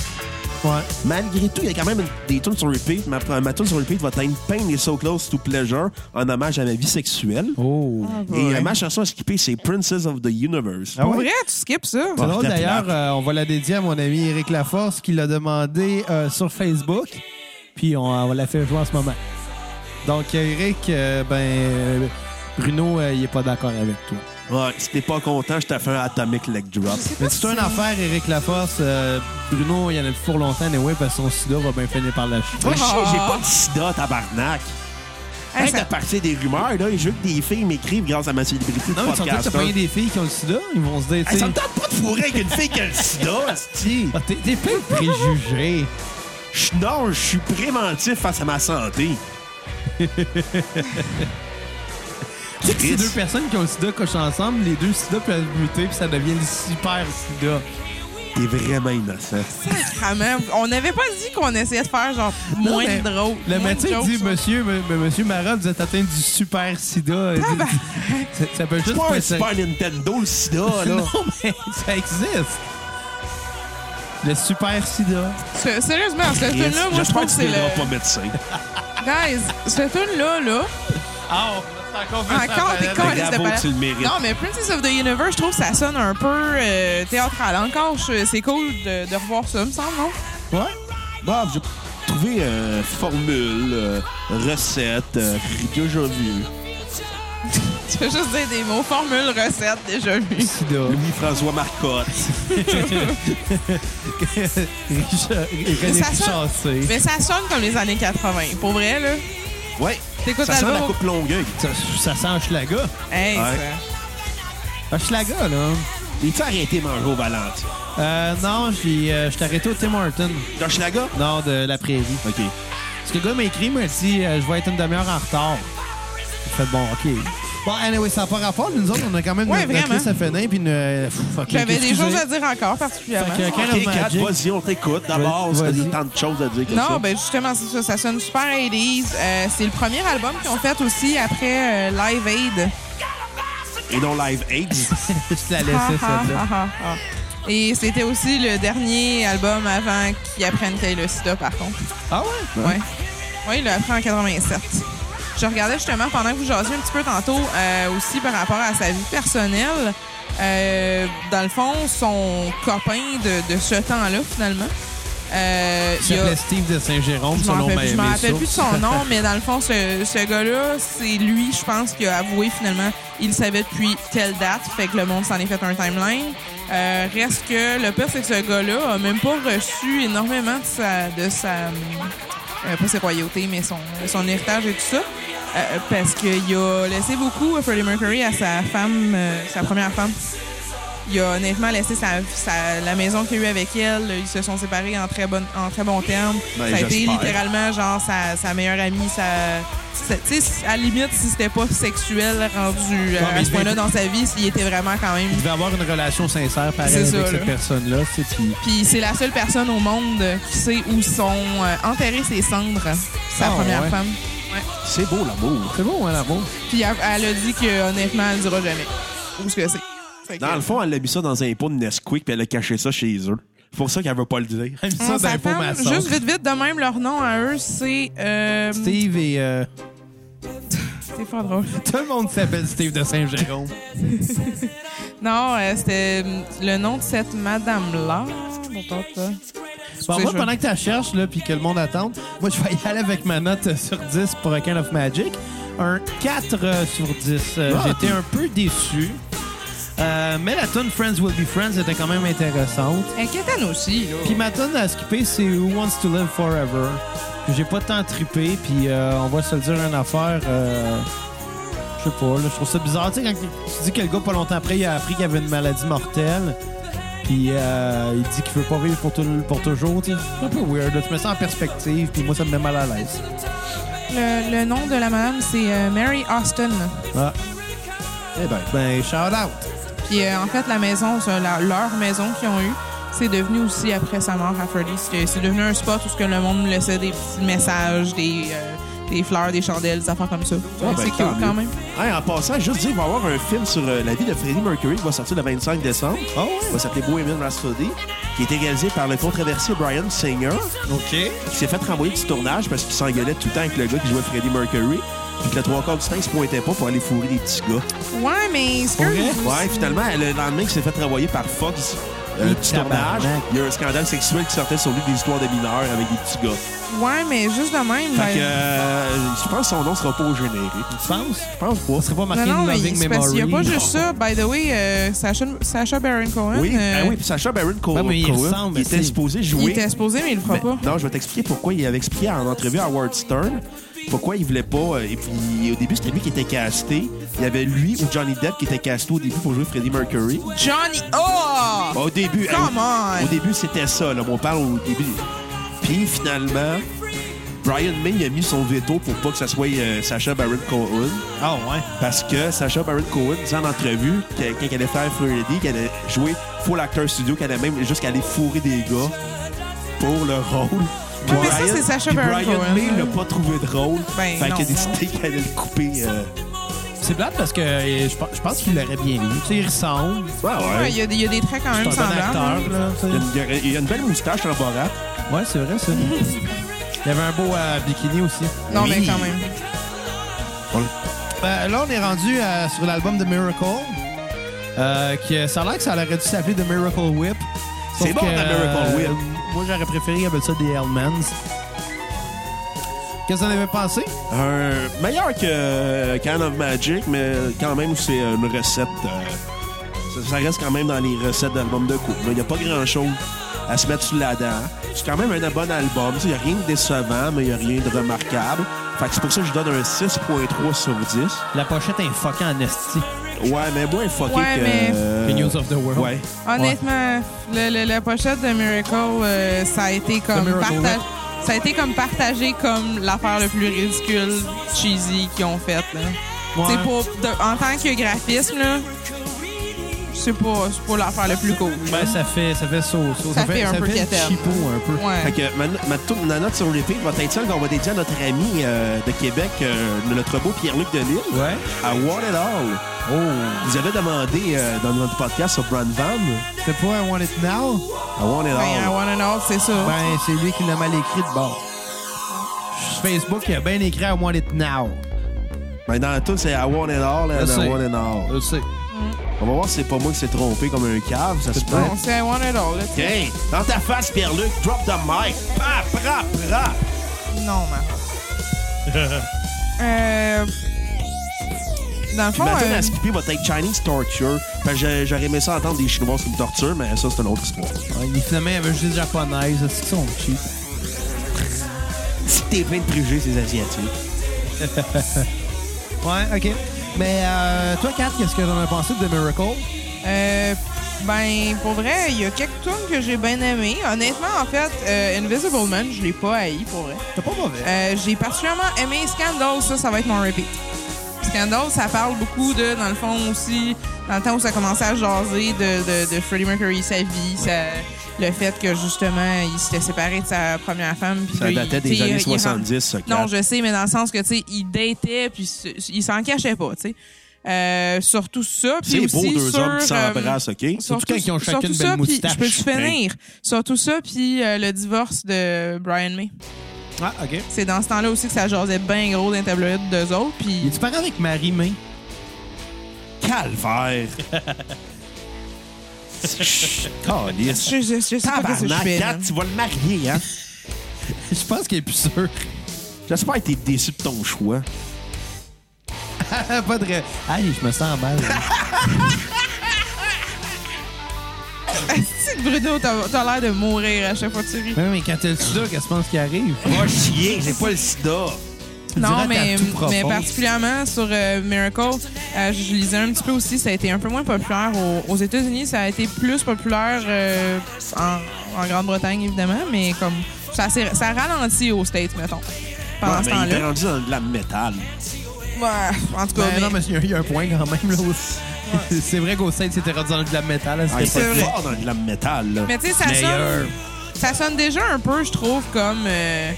C: Ouais.
A: Malgré tout, il y a quand même une- des tunes sur repeat. Ma, ma tune sur repeat va être Pain et So Close to Pleasure en hommage à ma vie sexuelle.
C: Oh.
A: Et euh, ma chanson à skipper, c'est Princess of the Universe.
C: Ah
D: Ah, Pour
C: ouais?
D: vrai, tu skips ça.
C: C'est
A: Ouais.
C: drôle
A: j'étais
C: d'ailleurs,
A: plate.
C: euh, on va la dédier à mon ami Eric Laforce qui l'a demandé euh, sur Facebook. Puis on, on la fait jouer en ce moment. Donc euh, Eric, euh, ben euh, Bruno, euh, il est pas d'accord avec toi.
A: Ouais, si t'es pas content, je t'ai fait un Atomic Leg Drop.
D: Je sais pas
C: Mais
D: si
C: c'est une affaire, Eric Laforce. euh, Bruno, il y en a plus pour longtemps, mais ouais, parce que son sida va bien finir par la chute.
A: Moi, je sais, j'ai
D: Ah.
A: pas de sida, tabarnak.
D: Hey,
A: Arrête
D: ça-
A: de partir des rumeurs, là. Je veux que des filles m'écrivent grâce à ma célébrité de
C: Non, mais ils sont tous
A: podcaster.
C: accompagnés des filles qui ont le sida. Ils vont se dire, tu
A: hein. Hey,
C: sais,
A: ça me tente pas de fourrer avec une fille qui a le sida, asti.
C: ah, t'es t'es plein de préjugés.
A: Je- Non, je suis préventif face à ma santé.
C: Tu sais que
A: Chris.
C: ces deux personnes qui ont le sida cochent ensemble, les deux sida peuvent buter, puis ça devient le super sida.
A: T'es vraiment innocent.
D: Sacrement. On n'avait pas dit qu'on essayait de faire genre moins
C: mais
D: de drôle.
C: Le
D: moins de
C: médecin
D: jokes,
C: dit
D: ça.
C: Monsieur, m- m- monsieur Marat, vous êtes atteint du super sida.
D: Ah, ben,
C: ça, ça peut juste
A: C'est pas
C: pas
A: un
C: être ça.
A: Super Nintendo, le sida, là.
C: Non, mais ça existe. Le super sida.
D: Ce- Sérieusement, ce
A: Chris,
D: film-là, moi, je
A: J'espère
D: trouve
A: que
D: que
A: tu
D: c'est
A: deviendras
D: le.
A: pas médecin.
D: Guys, ce film-là, là,
C: Ah, on encore vu
D: encore des
A: Mais
D: calices de
A: bravo,
D: palette.
A: tu le mérites.
D: Non, mais Princess of the Universe, je trouve que ça sonne un peu euh, théâtral. Encore, je- c'est cool de, de revoir ça, me semble, non?
A: Ouais. Bon, j'ai trouvé euh, formule, euh, recette, euh, déjà vu.
D: Tu fais juste dire des mots, formule, recette, déjà vu.
C: Sida.
A: Louis-François Marcotte.
C: René
D: ça sonne-
C: Chassé.
D: Mais ça sonne comme les années 80. Pour vrai, là.
A: Ouais.
D: T'écoutes
A: Ça sent la
D: l'album.
A: coupe longueuil.
C: Ça, ça sent Schlaga.
D: Hey,
A: Ouais.
D: ça.
C: Schlaga, là.
A: Es-tu arrêté manger au Valentin?
C: Euh, non, j'ai, euh, je t'ai arrêté au Tim Horton,
A: Dans Schlaga?
C: nord de la prairie.
A: OK.
C: Parce que le gars m'a écrit, il m'a dit euh, Je vais être une demi-heure en retard. J'ai fait bon, OK. Bon, anyway, ça n'a pas rapport. Nous autres, on a quand même
D: Ouais,
C: notre- notre
D: vraiment.
C: liste à finir. Puis une. euh, pff, fuck,
D: J'avais des
C: excusez.
D: choses à dire encore, particulièrement.
C: Fait que-
A: OK,
C: Magic.
A: Kat, vas-y, on t'écoute. D'abord, parce qu'il y a
C: Vas-y.
A: tant de choses à dire que ça.
D: Non, ben justement, c'est ça. Ça sonne super 80s. Euh, c'est le premier album qu'ils ont fait aussi après euh, Live Aid.
A: Et non Live Aids.
C: Je te la
D: Ah,
C: laissais,
D: ah,
C: celle-là.
D: ah, ah, ah. Et c'était aussi le dernier album avant qu'ils apprennent qu'il y a le sida, par contre.
C: Ah ouais?
D: Ouais. Oui, il l'a appris en 87. Je regardais justement pendant que vous jasiez un petit peu tantôt euh, aussi par rapport à sa vie personnelle. Euh, dans le fond, son copain de, de ce temps-là, finalement. euh,
C: Il
D: il a-
C: s'appelait Steve de Saint-Jérôme,
D: je m'en
C: selon
D: rappelle,
C: ma
D: plus- je m'en
C: mes
D: rappelle plus de
C: sources.
D: son nom, mais dans le fond, ce, ce gars-là, c'est lui, je pense, qui a avoué finalement. Il le savait depuis telle date, fait que le monde s'en est fait un timeline. Euh, reste que le pire, c'est que ce gars-là a même pas reçu énormément de sa. De sa euh, pas ses royautés, mais son, son héritage et tout ça. euh, parce qu'il a laissé beaucoup à Freddie Mercury à sa femme, euh, sa première femme. Il a honnêtement laissé sa, sa- la maison qu'il a eue avec elle. Ils se sont séparés en très, bonne, en très bons termes.
A: Ben,
D: ça a été
A: j'espère.
D: littéralement genre sa, sa meilleure amie. Sa, sa- tu sais, à la limite, si c'était pas sexuel rendu euh,
C: Non, mais
D: à ce
C: il-
D: point-là dans sa vie, il était vraiment quand même.
C: Il devait avoir une relation sincère pareil
D: C'est
C: avec
D: ça,
C: cette
D: là.
C: personne-là. tu sais, puis-
D: Puis c'est la seule personne au monde euh, qui sait où sont euh, enterrées ses cendres, sa
C: Ah,
D: première
C: ouais.
D: femme.
A: C'est beau, l'amour.
C: C'est bon, hein, l'amour?
D: Puis elle, elle a dit que honnêtement, elle ne dira jamais où ce que c'est. Fait que-
A: Dans le fond, elle a mis ça dans un pot de Nesquik puis elle a caché ça chez eux. C'est pour ça qu'elle veut pas le dire.
C: Elle me dit ça
D: On
C: ben, d'un faux
D: s'attend-
C: maçon.
D: juste vite vite de même leur nom à eux c'est euh,
C: Steve et. euh,
D: c'est pas drôle
C: tout le monde s'appelle Steve de Saint-Jérôme.
D: non euh, c'était euh, le nom de cette madame là
C: Bon,
D: C'est
C: Bah, moi,
D: chouette.
C: pendant que tu cherches là, puis que le monde attend, moi, je vais y aller avec ma note euh, sur 10 pour A Kind of Magic. Un 4 euh, sur 10. Euh,
A: Ah,
C: J'étais un peu déçu. Euh, mais la tune Friends Will Be Friends était quand même intéressante.
D: inquiétant aussi là
C: Puis ma tune à skipper, c'est Who Wants to Live Forever. que J'ai pas tant trippé, puis euh, on va se le dire une affaire. euh, je sais pas, là, je trouve ça bizarre. Tu sais, quand tu dis que le gars, pas longtemps après, il a appris qu'il avait une maladie mortelle, puis euh, il dit qu'il veut pas vivre pour, tout- pour toujours, tu sais. C'est un peu weird, là. Tu mets ça en perspective, puis moi, ça me met mal à l'aise.
D: le, le nom de la madame c'est euh, Mary Austin
C: Ah,
A: Eh ben.
C: ben, shout out!
D: puis euh, en fait la maison ça, la- leur maison qu'ils ont eu c'est devenu aussi après sa mort à Freddy c'est c'est devenu un spot où ce que le monde me laissait des petits messages des euh, des fleurs des chandelles des affaires comme ça
A: Ah,
D: Mais
A: ben,
D: c'est
A: tant
D: cute
A: mieux.
D: quand même
A: Hey, en passant, juste dire, il va y avoir un film sur euh, la vie de Freddie Mercury qui va sortir le 25 décembre.
D: Ah
C: Oh,
A: Il va s'appeler Bohemian Rhapsody, qui a été réalisé par le controversé Brian Singer,
C: OK.
A: qui s'est fait renvoyer du tournage parce qu'il s'engueulait tout le temps avec le gars qui jouait Freddie Mercury, puis que le trois quarts du temps, il se pointait pas pour aller fourrer les petits gars.
D: ouais mais ce que
C: Pour vrai?
A: Ouais, finalement, le lendemain, il s'est fait travailler par Fox euh, du
C: Tabarnak.
A: tournage. Il y a eu un scandale sexuel qui sortait sur lui des histoires de mineurs avec des petits gars.
D: ouais mais juste de même
A: Fait
D: ben,
A: que euh, je pense que son nom sera pas au générique.
C: Tu penses?
A: Je pense pas.
C: On serait pas marqué
D: Non, non, mais
C: Loving
D: c'est parce
C: Memory.
D: qu'il n'y a pas juste ça. By the way, euh, Sacha, Sacha Baron Cohen,
A: Oui,
D: euh,
A: ah oui, puis Sacha Baron Cohen,
C: Ouais, mais il
A: Cohen,
C: ressemble,
A: il était
C: c'est-
A: supposé
D: il
A: jouer.
D: était exposé, mais il le fera
A: Mais-
D: pas.
A: Ben, non, je vais t'expliquer pourquoi il avait expliqué en entrevue à Howard Stern pourquoi il voulait pas. euh, Et puis au début, c'était lui qui était casté. Il y avait lui ou Johnny Depp qui était casté au début pour jouer Freddie Mercury.
D: Johnny... Oh!
A: Bah, au début,
D: Come
A: euh,
D: on!
A: au début c'était ça. Là, mais on parle au début. Puis finalement, Brian May il a mis son veto pour pas que ça soit euh, Sacha Baron Cohen.
C: Ah, ouais.
A: Parce que Sacha Baron Cohen disait en entrevue que- quand elle allait faire Freddy, qu'elle allait jouer full acteur studio qu'elle a même jusqu'à aller fourrer des gars pour le rôle. Puis
D: mais ça, c'est Sacha
A: puis
D: Baron
A: Brian
D: Cohen.
A: May n'a pas trouvé de rôle.
D: Ben,
A: fait
D: non.
A: qu'il a décidé qu'elle allait le couper. euh,
C: C'est plate parce que euh, je pense- je pense qu'il l'aurait bien vu. Tu sais, il ressemble.
D: Ouais, Il y, a des- il y a des traits quand
C: C'est
D: même
C: un bon
D: semblables.
C: acteur, là. tu
A: Il y
C: sais.
A: a une- Il y, a une belle moustache en Borat.
C: Ouais, c'est vrai, ça. Il y avait un beau euh, bikini aussi.
D: Non,
A: Oui.
D: mais quand même.
C: Ben, là, on est rendu euh, sur l'album de Miracle. Euh, que ça a l'air que ça aurait dû s'appeler The Miracle Whip. Sauf
A: C'est bon,
C: que, euh,
A: The Miracle Whip.
C: Moi, j'aurais préféré appeler ça The Hellmans. Qu'est-ce que vous en avez pensé?
A: Un meilleur que euh, Can of Magic, mais quand même, c'est une recette. euh, ça, ça reste quand même dans les recettes d'albums de couple. là. Il n'y a pas grand-chose à se mettre sous la dent. C'est quand même un bon album. tu sais, Il n'y a rien de décevant, mais il n'y a rien de remarquable. Fait que c'est pour ça que je donne un 6.3 sur 10.
C: La pochette est fucking en esti.
A: Ouais, mais moins fucké
D: Ouais,
A: que...
D: mais-
A: euh,
C: The News of the World.
A: Ouais.
D: Honnêtement, le- le- la pochette de Miracle, euh, ça a été
C: The
D: comme
C: Miracle
D: partagé.
C: Whip.
D: Ça a été comme partagé comme l'affaire le plus ridicule, cheesy qu'ils ont faite. là.
C: Ouais.
D: C'est pour de- en tant que graphisme là, c'est pas c'est pas l'affaire le plus cool.
C: Ben, ça fait, ça fait so, so.
D: Ça fait un peu quétaine.
C: cheapo, un peu.
A: Fait
D: Ouais.
A: que ma, ma, tou- ma note sur repeat va être celle qu'on va dédier à notre ami euh, de Québec, euh, notre beau Pierre-Luc Delisle,
C: Ouais.
A: à One It All.
C: Oh.
A: Vous avez demandé euh, dans notre podcast sur Brand Van,
C: C'était pas I Want It Now?
A: à One It
D: Ben, I
A: All.
D: wanna know, c'est ça.
C: Ben, c'est lui qui l'a mal écrit de bord. Sur Facebook, il a bien écrit I Want It Now.
A: Mais Ben, dans tout, c'est à One It All,
C: Je
A: and à
C: sais.
A: One It All.
C: Je sais.
A: On va voir si c'est pas moi qui s'est trompé comme un cave, ça se peut.
D: Non, c'est I want it all. là.
A: Hey, dans ta face, Pierre-Luc, drop the mic. Pa, pra, pra.
D: Non, ma. euh... Dans le
A: Puis
D: fond,
A: ma tune
D: euh,
A: à skipper va être Chinese Torture. Fait que j'ai- j'aurais aimé ça entendre des Chinois qui me torturent, mais ça, c'est une autre histoire.
C: Ouais, il- finalement, il avait juste des japonaises. C'est qu'ils sont cheap.
A: Si t'es plein de préjugés, ces Asiatiques.
C: Ouais, OK. Mais euh, toi, Kat, qu'est-ce que t'en as pensé de The Miracle?
D: Euh, ben, pour vrai, il y a quelques tunes que j'ai bien aimées. Honnêtement, en fait, euh, Invisible Man, je l'ai pas haï, pour vrai.
C: T'es pas mauvais.
D: Euh, j'ai particulièrement aimé Scandal, ça, ça va être mon repeat. Scandal, ça parle beaucoup de, dans le fond aussi, dans le temps où ça commençait à jaser de, de, de Freddie Mercury, sa vie, sa- le fait que justement, il s'était séparé de sa première femme. puis
A: Ça
D: là, il-
A: datait
D: tu
A: des
D: sais, il
A: années
D: rentre-
A: 70, ça, Kat.
D: non, je sais, mais dans le sens que, tu sais, il datait, puis se- il s'en cachait pas, tu sais. Euh, surtout ça, puis
A: C'est
D: aussi
A: beau, deux
D: sur,
A: hommes qui
D: euh,
A: s'embrassent, OK? Hein?
D: Surtout,
C: quand ils ont chacune
D: surtout
C: une
D: ça,
C: belle
D: puis-
C: moustache.
D: Je peux-tu finir? Surtout ça, puis euh, le divorce de Brian May.
C: Ah, OK.
D: C'est dans ce temps-là aussi que ça jasait bien gros d'un tableau d'eux autres,
C: Il
D: puis...
C: est parent avec Marie May.
A: Calvaire. Chut, Calisse.
D: Je, je, je sais pas ce que je
A: Tabarnak,
D: fais. là.
A: Kat, tu vas le marier, hein?
C: Je pense qu'il est plus sûr.
A: J'espère que t'es déçu de ton choix.
C: pas de. ré- Aïe, je me sens mal.
D: Asti de Bruno, t'as t'as l'air de mourir à chaque fois que tu ris.
C: mais, mais quand t'es le sida, qu'est-ce que tu penses qui arrive?
A: Va chier, j'ai pas le sida.
D: Non,
C: dirais
D: mais,
C: tatou profond.
D: mais particulièrement sur euh, Miracle, euh, je lisais un petit peu aussi, ça a été un peu moins populaire aux, aux États-Unis, ça a été plus populaire euh, en, en Grande-Bretagne, évidemment, mais comme ça, s'est- ça ralentit aux States, mettons, pendant
A: Ah,
D: ce
A: ben, il est
D: temps-là.
A: rendu dans de la métal.
D: Ouais, en tout cas,
C: Ben,
D: mais-
C: non, mais il y a- il y, a un point quand même. là. c'est vrai qu'au sein, c'était rendu dans de la métal. à cette
A: Ah, il
D: C'est
A: est
D: vrai.
A: fort dans de la métal, là.
D: Mais tu sais, ça
C: Slayer.
D: sonne, ça sonne déjà un peu, je trouve, comme euh,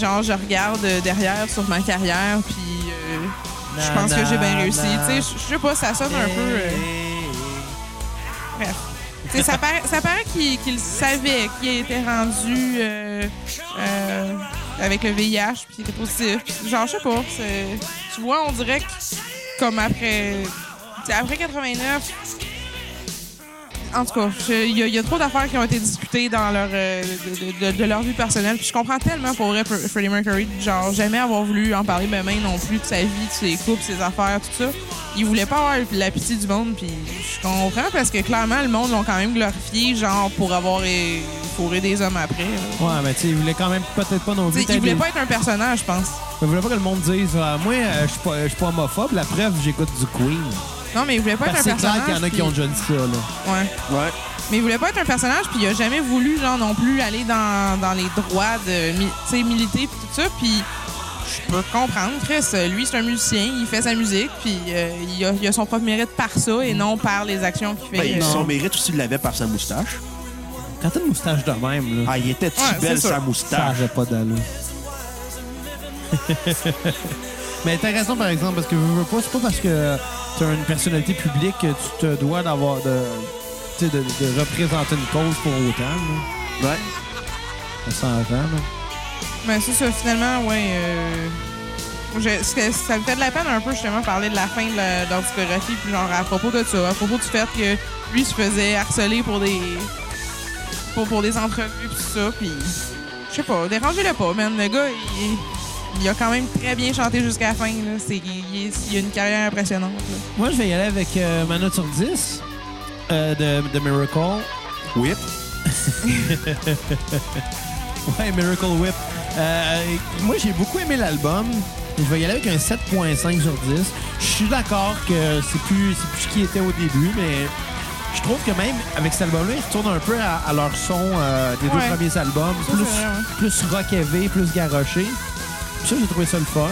D: genre je regarde euh, derrière sur ma carrière, puis euh, je pense que j'ai bien réussi. Tu sais, je- je sais pas, ça sonne un peu. euh, bref. Tu sais, ça paraît, ça paraît qu'il qu'il savait qu'il était rendu euh, euh, avec le VIH, puis qu'il était positif. Puis Genre, je sais pas. c'est- Tu vois, on dirait que comme après, tu sais, après 89, en tout cas, je- il y, a- il y a trop d'affaires qui ont été discutées dans leur euh, de, de- de- de leur vie personnelle. Puis je comprends tellement pour vrai Fre- Freddie Mercury, genre jamais avoir voulu en parler ben même non plus de sa vie, de ses couples, ses affaires, tout ça. Il voulait pas avoir la pitié du monde. Puis je comprends parce que clairement le monde l'ont quand même glorifié, genre pour avoir euh, fourré des hommes après. là.
C: Ouais, mais tu sais, il voulait quand même peut-être pas non
D: Tu
C: plus.
D: sais, Il
C: être
D: voulait
C: des-
D: pas être un personnage, je pense.
C: il voulait pas que le monde dise ah, Moi, euh, je suis pas, je suis pas homophobe. La preuve, j'écoute du Queen.
D: Non, mais il voulait pas
C: Parce
D: être
C: que
D: un
C: c'est
D: personnage.
C: clair qu'il y en a qui
D: puis-
C: ont déjà dit ça. Là.
D: Ouais.
A: Ouais.
D: Mais il voulait pas être un personnage, puis il a jamais voulu, genre, non plus aller dans, dans les droits de mi- tu sais, militer, puis tout ça. Puis je je peux comprendre. Chris, euh, lui, c'est un musicien, il fait sa musique, puis euh, il, a, il a son propre mérite par ça et non par les actions qu'il fait.
A: Ben,
D: Euh,
A: son mérite aussi, il l'avait par sa moustache.
C: Quand t'as une moustache de même, là,
A: Ah, il était tu
D: Ouais,
A: belle
D: c'est sûr.
A: sa
C: ça
A: moustache.
C: n'avait pas d'allure. Mais t'as raison, par exemple, parce que veux, veux pas, c'est pas parce que t'as une personnalité publique que tu te dois d'avoir de, tu sais, de, de représenter une cause pour autant. Là.
A: Ouais.
C: Ça s'entend, là.
D: Ben, c'est ça, finalement, ouais. euh, je- ce que- ça me fait de la peine un peu, justement, parler de la fin de la- de leur discographie, puis genre, à propos de ça, à propos du fait que lui se faisait harceler pour des. pour, pour des entrevues, puis tout ça, puis. Je sais pas, dérangez-le pas, man. Le gars, il, il a quand même très bien chanté jusqu'à la fin, là. C'est- il, il- il a une carrière impressionnante, là.
C: Moi, je vais y aller avec euh, ma note sur 10 euh, de, de Miracle.
A: Oui.
C: Ouais, Miracle Whip. Euh, moi, j'ai beaucoup aimé l'album. Je vais y aller avec un 7.5 sur 10. Je suis d'accord que c'est plus, c'est plus ce qui était au début, mais je trouve que même avec cet album-là, ils retournent un peu à, à leur son euh, des
D: Ouais.
C: deux premiers albums.
D: Ça,
C: Plus,
D: c'est vrai, ouais.
C: plus rock heavy, plus garoché. Ça, j'ai trouvé ça le fun.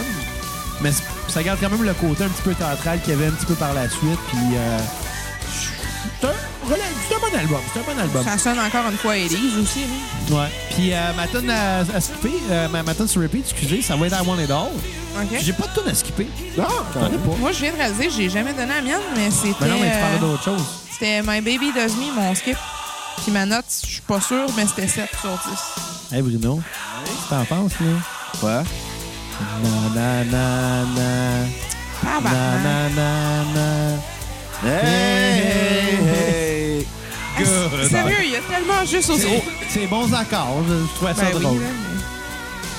C: Mais c'est- ça garde quand même le côté un petit peu théâtral qu'il y avait un petit peu par la suite. Puis, euh, c'est un, c'est un bon album. C'est un bon album.
D: Ça sonne encore une fois 80 aussi, là.
C: Ouais. Puis euh, ma tonne à, à skipper, euh, ma, ma tonne sur repeat, excusez, ça va être I Want It All.
D: OK?
C: J'ai pas de tonne à skipper. Non, j'en ai pas.
D: Moi, je viens de réaliser, j'ai jamais donné la mienne, mais c'était.
C: Mais Ben non, mais tu
D: euh,
C: parlais d'autre chose.
D: C'était My Baby Does Me, mon skip. Puis ma note, je suis pas sûre, mais c'était 7 sur 10.
C: Hey Bruno, qu'est-ce que t'en penses, là?
A: Ouais.
C: Na na na na.
D: Ah,
C: Na
D: bah, hein.
C: na na na.
A: Hey, hey, hey.
D: Ah, c'est- Sérieux, il y a tellement juste au...
C: C'est- Oh, C'est bons accords, je trouvais ça
D: Ben oui,
C: drôle.
D: là, mais-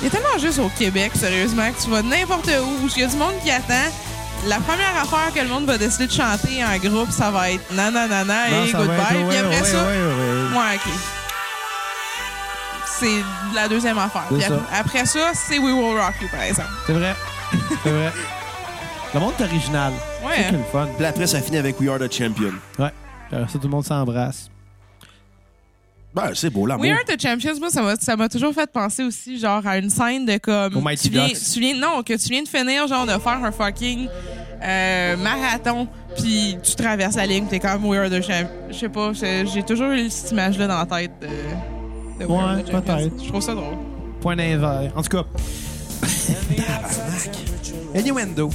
D: Il y a tellement juste au Québec, sérieusement, que tu vas n'importe où, où il y a du monde qui attend. La première affaire que le monde va décider de chanter en groupe, ça va être nananana
C: Non,
D: et
C: ça va
D: goodbye.
C: être-
D: Puis
C: ouais,
D: après
C: ouais,
D: ça,
C: ouais, ouais.
D: ouais, OK. C'est la deuxième affaire.
C: C'est
D: Puis
C: ça.
D: ap- après ça, c'est We Will Rock You, par exemple.
C: C'est vrai. C'est vrai. Le monde est original. C'est
D: Ouais. hein.
C: ça qui est le fun.
A: Puis après, ça finit avec We Are the Champion.
C: Ouais. Ça, tout le monde s'embrasse.
A: Ben, c'est
C: Ah
A: beau, l'amour.
D: We Are the Champions, moi, ça m'a- ça m'a toujours fait penser aussi, genre, à une scène de comme.
C: Au Mighty
D: tu viens,
C: Ducks.
D: tu viens- non, que tu viens de finir, genre, de faire un fucking euh, marathon, puis tu traverses la ligne, t'es comme We Are the Champions. Je sais pas, c'est- j'ai toujours eu cette image-là dans la tête de, de We Are
C: Ouais,
D: the Champions.
C: peut-être.
D: Je trouve ça drôle.
C: Point d'invers. En tout cas. Innuendo,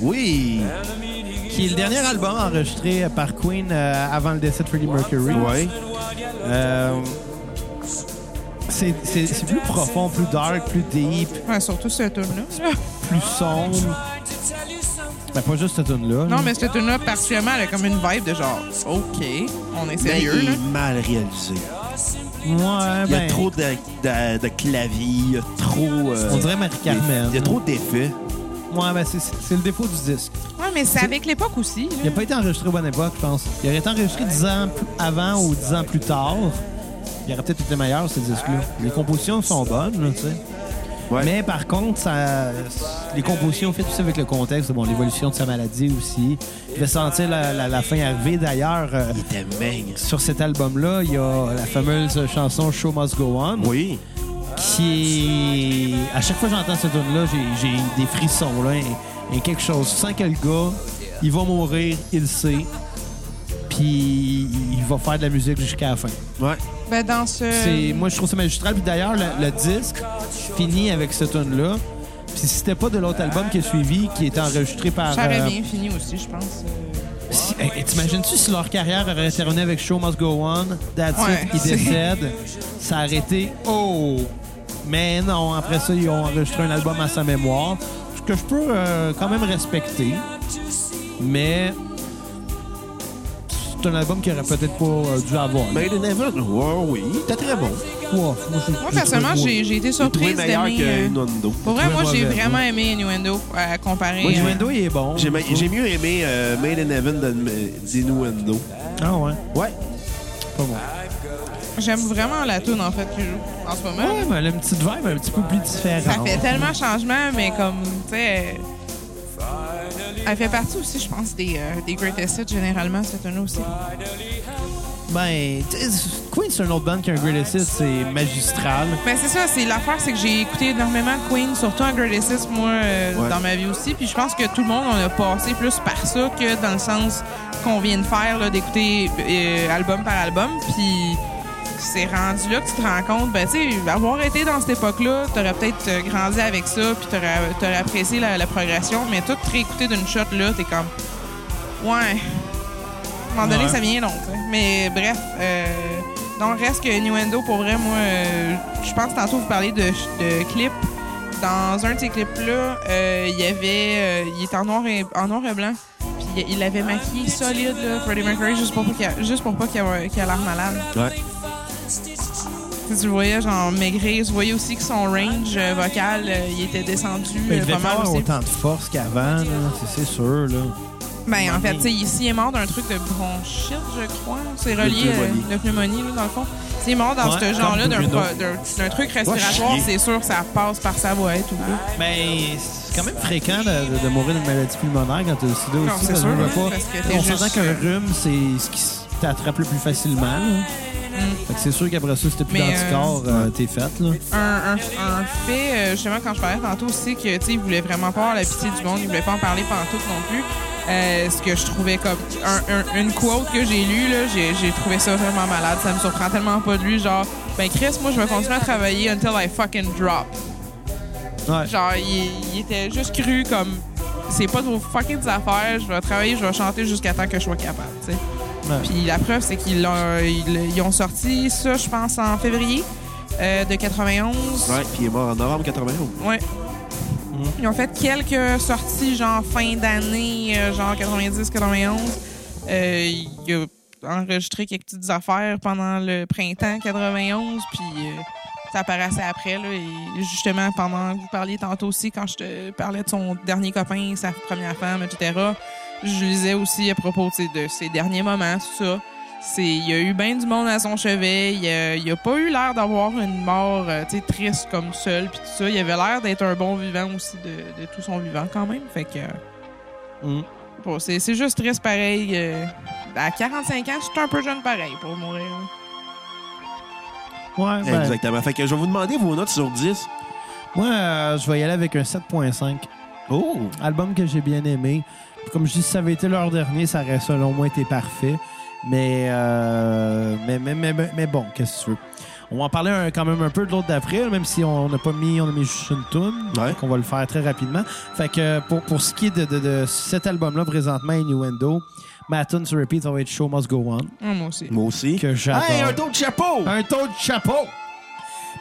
A: Oui.
C: qui est le dernier album enregistré par Queen euh, avant le décès de Freddie Mercury.
A: Ouais.
C: Euh, c'est- c'est c'est plus profond, plus dark, plus deep,
D: Ouais, surtout ce tune-là.
C: plus sombre. Ben, pas juste cette tune-là.
D: Non, mais ce tune-là, particulièrement, elle a comme une vibe de genre, OK, on est
A: Ben,
D: sérieux,
A: il
D: là.
A: est mal réalisé.
C: Ouais,
A: Il y a
C: ben,
A: trop de, de, de claviers, il y a trop. euh,
C: On dirait Marie-Carmen.
A: Il y a trop d'effets.
C: Ouais, ben, c'est- c'est c'est le défaut du disque.
D: Ouais, mais c'est avec l'époque aussi. là.
C: Il n'a pas été enregistré aux bonnes époques, je pense. Il aurait été enregistré 10 ans plus- avant ou 10 ans plus tard. Il aurait peut-être été meilleur, ces disques-là. Les compositions sont bonnes, là, tu sais.
A: Ouais.
C: Mais par contre, ça, les compositions faites aussi avec le contexte, bon, l'évolution de sa maladie aussi. Je vais sentir la, la- la fin arriver. D'ailleurs, euh,
A: Il était maigre.
C: sur cet album-là, il y a la fameuse chanson Show Must Go On,
A: Oui.
C: qui est... À chaque fois que j'entends cette tune-là, j'ai- j'ai des frissons, là, et, et quelque chose. Je sens que le gars, il va mourir, il le sait, puis il va faire de la musique jusqu'à la fin.
A: Ouais.
D: Ben, dans ce.
C: C'est- moi, je trouve ça magistral. Puis d'ailleurs, le, le disque finit avec ce tune-là. Puis si c'était pas de l'autre album qui a suivi, qui était enregistré par.
D: Ça aurait
C: euh,
D: bien fini aussi, je pense.
C: si- hey, hey, T'imagines-tu si leur carrière aurait terminé avec Show Must Go On, That's
D: Ouais.
C: It, ils décèdent, ça a arrêté. Oh! Mais non, après ça, ils ont enregistré un album à sa mémoire, ce que je peux euh, quand même respecter. Mais c'est un album qui aurait peut-être pas euh, dû avoir. là.
A: Made in Heaven. Ouais, oui. Il était très bon.
C: Ouah, moi, je-
D: Moi,
C: je
D: personnellement,
C: trouve-
D: j'ai j'ai été
A: Il trouvait
D: surprise
A: meilleur que
D: d'aimer. euh,
A: Inondo.
D: Pour vrai,
C: Trouvé
D: moi, j'ai
C: mauvais,
D: vraiment
C: ouais.
D: aimé Innuendo à comparer.
C: Moi,
D: euh,
C: Innuendo, il est bon.
A: J'ai ma- j'ai mieux aimé euh, Made in Heaven d'In- d'Innuendo.
C: Ah ouais,
A: Ouais.
C: pas bon.
D: Ah. J'aime vraiment la tune en fait, qui joue en ce moment.
C: Ouais, mais elle a une petite vibe un petit peu plus différente.
D: Ça fait tellement changement, mais comme, tu sais. euh, Elle fait partie aussi, je pense, des, euh, des greatest hits généralement, cette tune aussi.
C: Ben, tu sais, Queen, c'est un autre band qui a un greatest hits, c'est magistral.
D: Ben c'est ça, c'est l'affaire, c'est que j'ai écouté énormément de Queen, surtout en Greatest Hits, moi, euh,
A: Ouais.
D: dans ma vie aussi. Puis je pense que tout le monde, on a passé plus par ça que dans le sens qu'on vient de faire, là, d'écouter euh, album par album. Puis c'est rendu là que tu te rends compte, ben tu sais, avoir été dans cette époque-là, t'aurais peut-être euh, grandi avec ça, puis t'aurais, t'aurais apprécié la, la progression, mais tout réécouter d'une shot, là, t'es comme... Ouais. À un moment donné,
C: Ouais.
D: ça vient long. tu sais. Mais bref, euh, non, reste que Nuendo, pour vrai, moi, euh, je pense que tantôt vous parlez de, de clips. Dans un de ces clips-là, euh, il y avait. euh, il était en noir et, en noir et blanc. Puis il- il l'avait maquillé solide, là, Freddie Mercury, juste pour, pas qu'il- juste pour pas qu'il ait qu'il ait l'air malade.
A: Ouais.
D: Tu sais, tu le voyais, genre, maigrir. Tu voyais aussi que son range euh, vocal, euh, il était descendu
C: Mais il
D: euh,
C: devait
D: pas
C: pas
D: mal
C: avoir
D: aussi.
C: autant de force qu'avant, là. C'est- c'est sûr, là.
D: Ben, en fait, tu sais, ici, il est mort d'un truc de bronchite, je crois. hein, C'est relié à
A: pneumonie.
D: de pneumonie, là, dans le fond. Il est mort dans
C: Ouais,
D: ce genre-là
C: comme
D: d'un
C: Bruno.
D: pro- d'un d'un truc respiratoire,
A: chier.
D: c'est sûr, ça passe par sa boîte ou là.
C: Ben, c'est quand même fréquent de, de- de mourir d'une maladie pulmonaire quand t'as le sida aussi.
D: c'est
C: parce
D: sûr,
C: qu'on veut
D: hein,
C: pas-
D: parce que t'es
C: On s'entend
D: juste- euh,
C: qu'un rhume, c'est ce qui s- t'attrape le plus facilement. là. Fait que c'est sûr qu'après ça, si t'as plus
D: Mm. Mais,
C: d'anticorps, euh, t'es faite, là.
D: Un, un, un fait, euh, justement, quand je parlais tantôt aussi, que, tu sais, il voulait vraiment pas avoir la pitié du monde, il voulait pas en parler pantoute non plus. Euh, ce que je trouvais comme un- un- une quote que j'ai lue, là, j'ai j'ai trouvé ça vraiment malade. Ça me surprend tellement pas de lui, genre, ben Chris, moi, je vais continuer à travailler until I fucking drop.
C: Ouais.
D: Genre, il, il était juste cru comme c'est pas de vos fucking affaires, je vais travailler, je vais chanter jusqu'à temps que je sois capable, tu sais.
C: Ouais.
D: Puis la preuve, c'est qu'ils l'ont- ils, ils ont sorti ça, je pense, en février euh, de 91.
A: Ouais, puis il est mort en novembre 91.
D: Ouais. Ils ont fait quelques sorties, genre fin d'année, euh, genre 90-91. Euh, il a enregistré quelques petites affaires pendant le printemps 91, puis euh, ça apparaissait après. Là, et justement, pendant que vous parliez tantôt aussi, quand je te parlais de son dernier copain, sa première femme, etc., je lisais aussi à propos tu sais, de ses derniers moments, tout ça. C'est- Il y a eu bien du monde à son chevet. Il a, il a pas eu l'air d'avoir une mort euh, tu sais, triste comme seul. Puis tout ça, il avait l'air d'être un bon vivant aussi de, de tout son vivant quand même. Fait que euh,
C: Mm.
D: bon, c'est c'est juste triste pareil. euh, à 45 ans, c'est un peu jeune pareil pour mourir. là.
C: Ouais, ben,
A: Exactement. Fait que je vais vous demander vos notes sur 10.
C: Moi, euh, je vais y aller avec un 7.5.
A: Oh!
C: Album que j'ai bien aimé. Puis Comme je dis, si ça avait été leur dernier, ça aurait selon moi été parfait. Mais, euh, mais, mais, mais, mais- mais bon, qu'est-ce que tu veux? On va en parler un- quand même un peu de l'autre d'après, même si on n'a pas mis, on a mis juste une toune.
A: Ouais.
C: Donc on va le faire très rapidement. Fait que euh, pour, pour ce qui est de, de- de cet album-là, présentement, Innuendo, ma tune sur repeat, ça va être Show Must Go On,
D: Ah, moi aussi.
A: Moi aussi.
C: que j'adore.
A: Hey, un taux de chapeau!
C: Un taux de chapeau!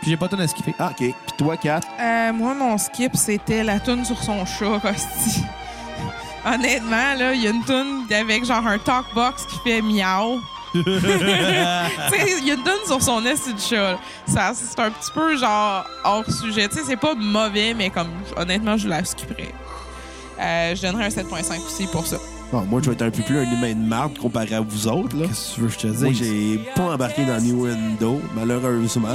C: Puis j'ai pas tout à skipper.
A: Ah, OK. Puis toi, 4.
D: Euh, moi, mon skip, c'était la toune sur son chat, Costi. Honnêtement, là, il y a une toune avec genre un talk box qui fait miaou. Tu sais, il y a une toune sur son esti de chat. là. Ça, c'est un petit peu genre hors sujet. Tu sais, c'est pas mauvais, mais comme honnêtement, je la skipperais. Euh, je donnerais un 7.5 aussi pour ça.
A: Bon, moi, je vais être un peu plus un humain de marde comparé à vous autres. Là.
C: Qu'est-ce que tu veux que je te
A: Moi,
C: dise?
A: j'ai pas embarqué dans New Window, malheureusement.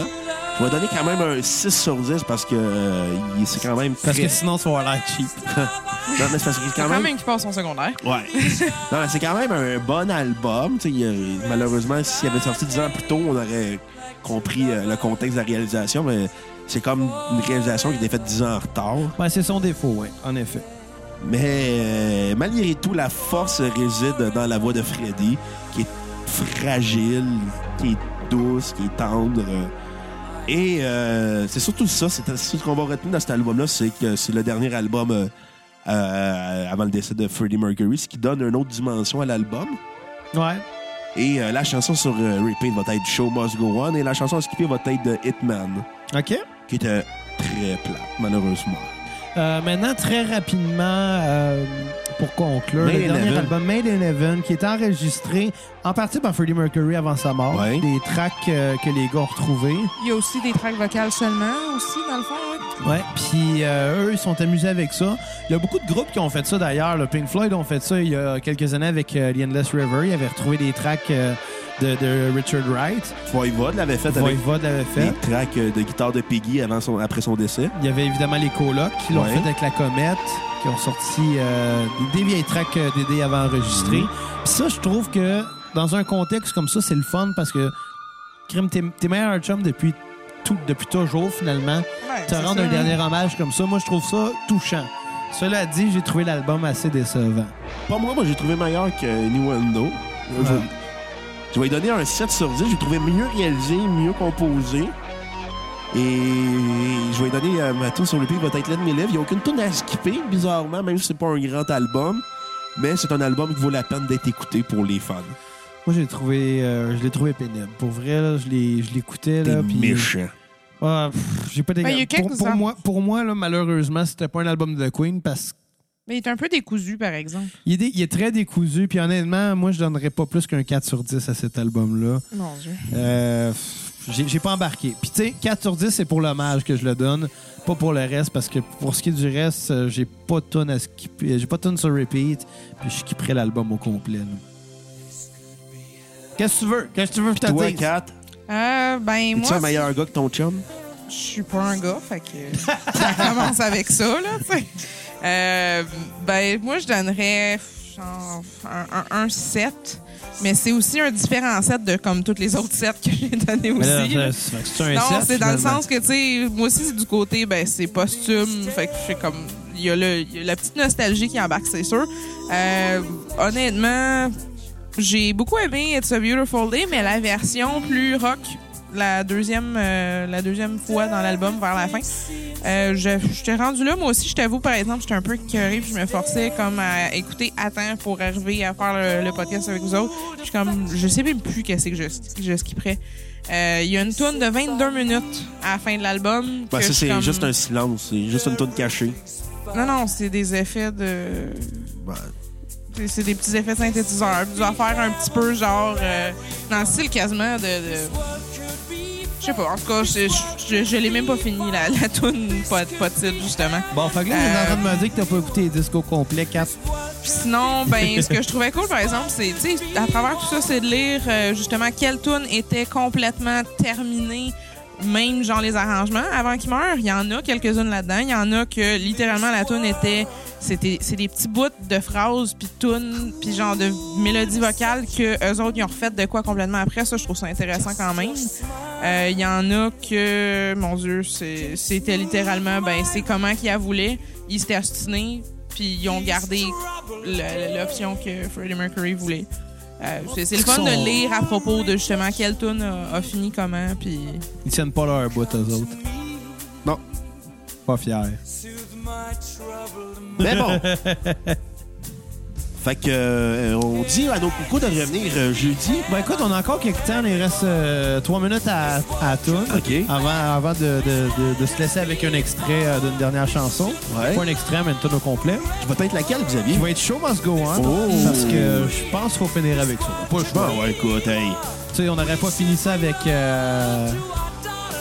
A: Je vais donner quand même un 6 sur 10 parce que euh, il- c'est quand même
C: Parce
A: très-
C: que sinon, ça va l'air cheap.
A: Non, mais c'est parce que c'est
D: Quand
A: quand
D: même,
A: même...
D: qu'il passe son secondaire.
A: Ouais. non, mais c'est quand même un bon album. Tu sais, il y a- malheureusement, s'il avait sorti 10 ans plus tôt, on aurait compris euh, le contexte de la réalisation, mais c'est comme une réalisation qui était faite 10 ans en retard.
C: Ben, c'est son défaut, oui, en effet.
A: Mais euh, malgré tout, la force réside dans la voix de Freddy, qui est fragile, qui est douce, qui est tendre. Et euh, c'est surtout ça, c'est ce qu'on va retenir dans cet album-là, c'est que c'est le dernier album euh, euh, avant le décès de Freddie Mercury, ce qui donne une autre dimension à l'album.
C: Ouais.
A: Et euh, la chanson sur euh, Repeat va être Show Must Go On, et la chanson à skipper va être de Hitman,
C: OK.
A: qui était très plate, malheureusement.
C: Euh, maintenant, très rapidement, euh, pour conclure,
A: Made
C: le
A: in
C: dernier
A: Heaven.
C: album, Made in Heaven, qui est enregistré en partie par Freddie Mercury avant sa mort.
A: Ouais.
C: Des tracks euh, que les gars ont retrouvés.
D: Il y a aussi des tracks vocales seulement, aussi, dans le fond. ouais.
C: Ouais. Puis euh, eux, ils sont amusés avec ça. Il y a beaucoup de groupes qui ont fait ça d'ailleurs. Le Pink Floyd ont fait ça il y a quelques années avec euh, The Endless River. Ils avaient retrouvé des tracks euh, de, de Richard Wright.
A: Voivod l'avait fait avec
C: Voivod l'avait fait.
A: les tracks euh, de guitare de Piggy avant son, après son décès.
C: Il y avait évidemment les colocs qui l'ont
A: Ouais.
C: fait avec la comète,
A: Mhm.
C: qui ont sorti euh, des, des vieilles tracks euh, DD avant enregistrées. Puis ça, je trouve que dans un contexte comme ça, c'est le fun parce que, crime, t'es t'es meilleur chum depuis tout, depuis toujours, finalement.
D: Ouais,
C: Te
D: c'est
C: rendre
D: ça.
C: un dernier hommage comme ça, moi, je trouve ça touchant. Cela dit, j'ai trouvé l'album assez décevant.
A: Pas moi, moi j'ai trouvé meilleur que Niwendo. Je,
C: Ouais.
A: je vais lui donner un 7 sur 10. J'ai trouvé mieux réalisé, mieux composé. Et je vais lui donner euh, ma tune sur le pic va être l'un de mes livres. Il n'y a aucune tune à skipper, bizarrement, même si c'est pas un grand album. Mais c'est un album qui vaut la peine d'être écouté pour les fans.
C: Moi, j'ai trouvé, euh, je l'ai trouvé pénible. Pour vrai, là, je l'ai- je l'écoutais
A: T'es
C: là, puis
A: méchant.
C: Ah, pff, j'ai pas des-
D: Ben, il y a
C: pour,
D: quelques
C: pour
D: ans.
C: moi, pour moi, là, malheureusement, c'était pas un album de Queen parce
D: Mais il est un peu décousu, par exemple.
C: qu'il est, dé- il est très décousu. Puis honnêtement, moi, je donnerais pas plus qu'un 4 sur 10 à cet album-là.
D: Mon Dieu.
C: Euh, pff, j'ai j'ai pas embarqué. Puis tu sais, 4 sur 10, c'est pour l'hommage que je le donne, pas pour le reste, parce que pour ce qui est du reste, euh, j'ai pas de tonne à skipper- j'ai pas de tonne sur repeat, puis je skipperai l'album au complet. là. Qu'est-ce que tu veux? Qu'est-ce que tu veux que je te
A: Toi,
C: dise?
A: Kat,
D: Euh, ben,
A: es-tu
D: moi,
A: un meilleur gars que ton chum?
D: je suis pas un gars, fait que ça commence avec ça, là, tu sais. Euh, ben, moi, je donnerais genre un, un, un 7, mais c'est aussi un différent 7 de comme tous les autres 7 que j'ai donné
C: Mais
D: aussi.
C: là,
D: là.
C: ça- ça fait que c'est un
D: Non,
C: set,
D: c'est dans le
C: finalement.
D: sens que, tu sais, moi aussi, c'est du côté, ben, c'est posthume. Fait que je suis comme. Il y, a le- il y a la petite nostalgie qui embarque, c'est sûr. Euh, honnêtement, j'ai beaucoup aimé It's a Beautiful Day, mais la version plus rock, la deuxième, euh, la deuxième fois dans l'album vers la fin, euh, je j'étais rendu là. Moi aussi, je t'avoue, par exemple, j'étais un peu écœurée puis je me forçais comme à écouter à temps pour arriver à faire le, le podcast avec vous autres. Je suis comme, je sais même plus qu'est-ce que je, je skipperais. Euh, Il y a une tune de 22 minutes à la fin de l'album.
A: Parce
D: que
A: que
D: je suis
A: Ben, c'est
D: comme-
A: juste un silence, c'est juste une tune cachée.
D: Non, non, c'est des effets de...
A: Ben,
D: C'est- C'est des petits effets synthétiseurs. Puis, Tu vas faire un petit peu genre euh, dans le style quasiment de. de- Je sais pas. En tout cas, je, je, je- je l'ai même pas fini la, la toune pas, pas de titre, justement.
C: Bon, fait que là,
D: Euh,
C: t'es en train de me dire que t'as pas écouté les disques au complet, 4.
D: Puis sinon, ben, ce que je trouvais cool, par exemple, c'est, tu sais, à travers tout ça, c'est de lire euh, justement quelle tune était complètement terminée, même genre les arrangements. Avant qu'il meure, il y en a quelques-unes là-dedans. Il y en a que littéralement la tune était, c'était, c'est des petits bouts de phrases, puis tunes, puis genre de mélodies vocales que eux autres ils ont refait de quoi complètement après. Ça, je trouve ça intéressant quand même. Euh, Il y en a que, mon Dieu, c'est- c'était littéralement, ben, c'est comment qu'ils la voulaient. Ils s'étaient astinés, puis ils ont gardé le- l'option que Freddie Mercury voulait. Euh, c'est c'est le fun
C: Son-
D: de lire à propos de justement quelle tune a, a fini comment, puis
C: Ils tiennent pas leur bout, eux autres.
A: Non.
C: Pas fiers.
A: Mais bon. fait que euh, on dit à nos coucous de revenir euh, jeudi.
C: Ben écoute, on a encore quelques temps. Il reste 3 minutes à, à tourner.
A: OK.
C: Avant, avant de, de- de- de se laisser avec un extrait euh, d'une dernière chanson.
A: Ouais.
C: Pas un extrait, mais une tourne au complet.
A: Je vais peut-être laquelle, Xavier?
C: Il va être chaud, must go on.
A: Oh.
C: Parce que je pense qu'il faut finir avec ça. Pas le choix.
A: Bon, ouais, écoute, hey.
C: Tu sais, on n'aurait pas fini ça avec. Euh,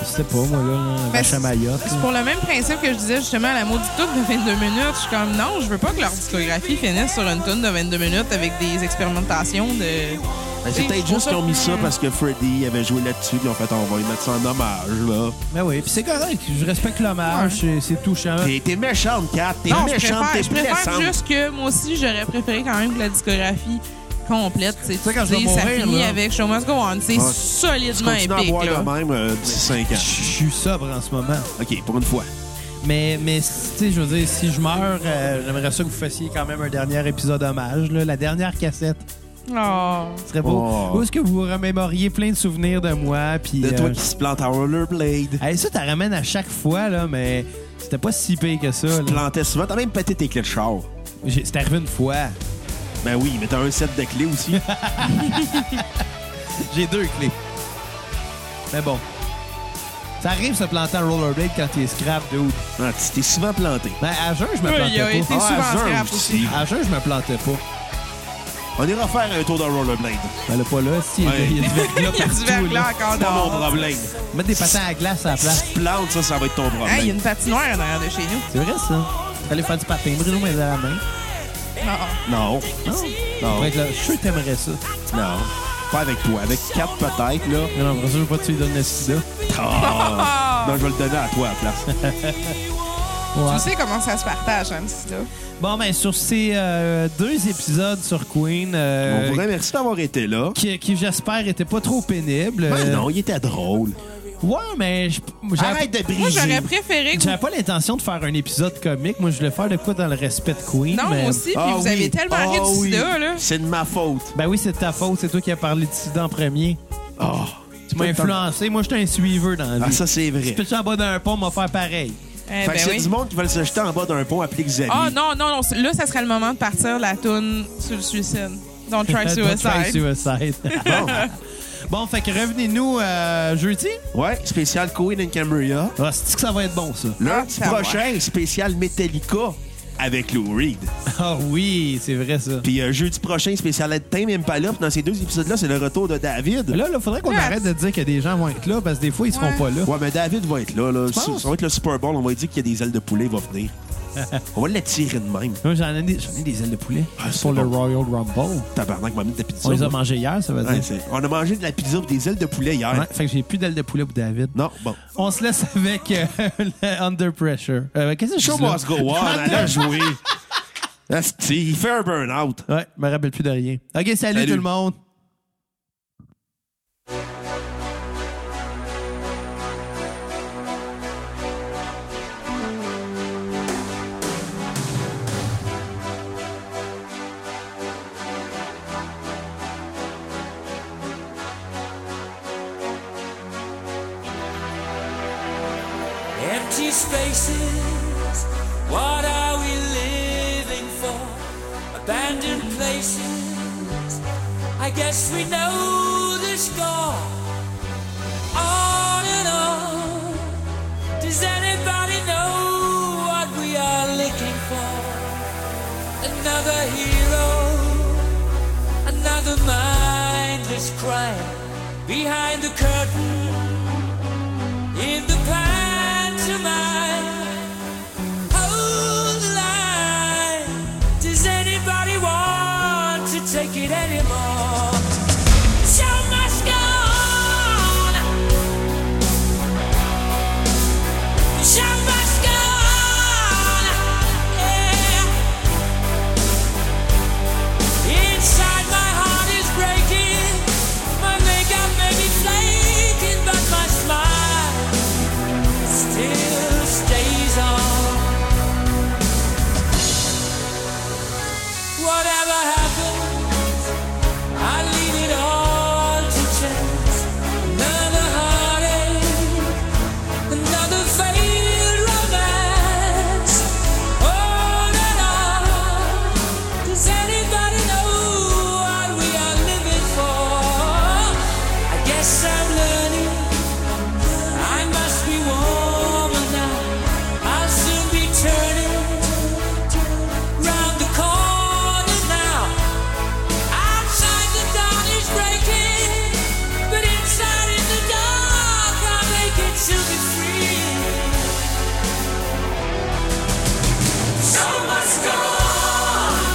C: je sais pas, moi, là,
D: Ben,
C: Vache à Mayotte.
D: C'est pour le même principe que je disais justement à la maudite tune de 22 minutes. Je suis comme, non, je veux pas que leur discographie finisse sur une tune de 22 minutes avec des expérimentations de...
A: Ben, c'est
D: Oui,
A: peut-être
D: je trouve
A: juste
D: ça-
A: qu'ils ont mis ça parce que Freddy avait joué là-dessus, puis en fait, on va lui mettre ça en hommage, là.
C: Mais oui, puis c'est correct. Je respecte l'hommage. c'est- C'est touchant.
A: T'es, t'es méchante, Kat. T'es
D: Non, je
A: méchante,
D: préfère,
A: t'es
D: je préfère
A: blessante.
D: juste que moi aussi, j'aurais préféré quand même que la discographie complète. C'est
C: sais, quand je vais
D: ça
C: mourir,
D: finit
C: là.
D: avec Show Must Go On. C'est
A: Ouais. Tu
D: solidement
A: continues à
D: épique.
A: boire
D: Là.
A: de même euh, d'ici 5
C: Je
A: ans.
C: suis sobre en ce moment.
A: OK, pour une fois.
C: Mais, mais tu sais, je veux dire, si je meurs, euh, j'aimerais ça que vous fassiez quand même un dernier épisode hommage, là, la dernière cassette.
D: Oh.
C: Ce serait beau.
A: Oh.
C: Où est-ce que vous remémoriez plein de souvenirs de moi? Puis,
A: De toi
C: euh,
A: qui se plante à rollerblade.
C: hey, ça, t'as ramènes à chaque fois, là, mais c'était pas si pire que ça. là.
A: Plantais souvent. T'as même pété tes clés de char.
C: J'ai- C'est arrivé une fois.
A: Ben oui, mais t'as un set de clés aussi.
C: J'ai deux clés. Mais bon. Ça arrive se planter en rollerblade quand t'es scrap, dude.
A: Ah, tu t'es souvent planté. Ah,
C: Ben, à jeun, je me
D: Oui,
C: plantais
D: il a été
C: pas.
D: souvent
A: à jeun
D: scrap aussi.
C: À jeun, je me plantais pas.
A: On ira faire un tour de rollerblade.
C: Ben, là, pas là, si, il y a-
A: Ouais.
C: il y a du verglas
D: Il y a du
C: partout,
D: verglas
C: là.
D: encore
A: C'est pas mon
D: dehors.
A: problème.
C: Mettre des patins à glace à la place.
A: Plante, ça, ça va être ton problème.
D: Hey, il y a une patinoire derrière de chez nous.
C: C'est vrai, ça. Fallait faire du patin. Bruno, mais à la main.
D: Ah,
A: Non. Non.
C: Faudrait que là, je suis sûr que t'aimerais ça.
A: Non. Pas avec toi. Avec quatre peut-être, là.
C: Mais non, pour ça, je veux pas que tu lui donnes le sida.
A: Ah.
D: ah.
A: Non, je vais le donner à toi à la place.
C: Ouais.
D: Tu sais comment ça se partage, hein, petit là.
C: Bon, ben, sur ces euh, deux épisodes sur Queen, euh,
A: On vous remercie d'avoir été là.
C: qui, qui, j'espère était pas trop pénible.
A: Ben
C: euh,
A: non, il était drôle.
C: Ouais, mais je- j'avais-
A: Arrête de briser.
D: Moi, j'aurais préféré que vous
C: j'avais pas l'intention de faire un épisode comique. Moi, je voulais faire de quoi dans le respect de Queen.
D: Non,
C: mais-
D: moi aussi, puis
A: Ah
D: vous
A: oui.
D: avez tellement
A: Ah
D: ri du
A: oui.
D: sida, là. Eh
A: C'est de ma faute.
C: Ben oui, c'est de ta faute. C'est toi qui as parlé de sida en premier.
A: Ah,
C: Tu m'as influencé. Moi, j'étais un suiveur dans la
A: Ah,
C: vie.
A: ça, c'est vrai.
C: Tu peux-tu en bas d'un pont m'a faire pareil?
D: Eh
A: Fait que
D: ben
A: c'est
D: oui.
A: du monde qui veulent se jeter en bas d'un pont, appeler Xavier.
D: Ah non, non, non. c'est- Là, ça serait le moment de partir la toune sur le suicide. Don't try
C: Don't try
D: suicide.
C: suicide. bon, fait que revenez-nous euh, jeudi.
A: Ouais, spécial Queen and Cambria.
C: Ah, C'est-tu que ça va être bon, ça?
A: Lundi
D: Ah, ça va.
A: prochain, spécial Metallica avec Lou Reed.
C: Ah oui, c'est vrai, ça.
A: Puis euh, jeudi prochain, spécial Ed Tame Impala. Puis dans ces deux épisodes-là, c'est le retour de David.
C: Là, il faudrait qu'on
D: Yes.
C: arrête de dire que des gens vont être là parce que des fois, ils seront
D: Ouais.
C: pas là.
A: Ouais, mais David va être là. là. Ça,
C: penses?
A: ça va être le Super Bowl. On va lui dire qu'il y a des ailes de poulet, il va venir. On va l'attirer de même.
C: Moi, j'en ai, des- j'en ai des ailes de poulet
A: Ah, c'est
C: pour le
A: bon.
C: Royal Rumble.
A: Tabarnak, m'a mis de la pizza.
C: On les a
A: moi.
C: mangées hier, ça veut
A: Ouais,
C: dire.
A: c'est- On a mangé de la pizza et des ailes de poulet hier.
C: Ouais, fait que j'ai plus d'ailes de poulet pour David.
A: Non, bon.
C: On se laisse avec euh, le Under Pressure. Euh, Qu'est-ce que je
A: Show
C: dis là?
A: must go on. Elle a joué. Asti, il fait un burn-out.
C: Ouais, je me rappelle plus de rien. OK, salut.
A: Salut.
C: tout le monde.
B: Empty spaces, what are we living for? Abandoned places, I guess we know the score. On and on, does anybody know what we are looking for? Another hero, another mindless crime behind the curtain in the pantomime. Hold the line. Does anybody want to take it anymore? Show must go on. The show must go on. Yeah. Inside my heart is breaking. My makeup may be flaking, but my smile still stays on. Whatever happens, I leave it all to chance. Another heartache, another failed romance. On and on. Does anybody know what we are living for? I guess I'm learning. I must be warmer now. I'll soon be turning round the corner now. Outside the dawn is breaking, but inside in the dark I'll make it to be free. So must go on.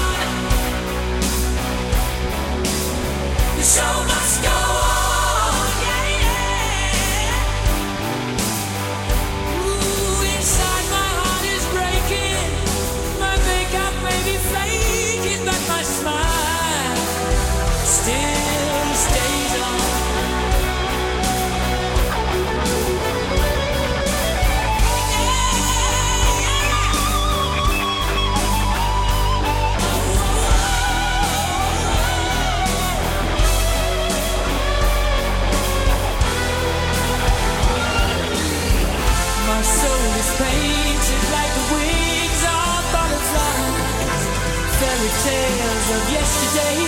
B: The show must go on. Yeah, yeah. Ooh, inside my heart is breaking. My makeup may be faking, but my smile still stays on. My soul is painted like the wings of butterflies, fairy tales of yesterday. Ah,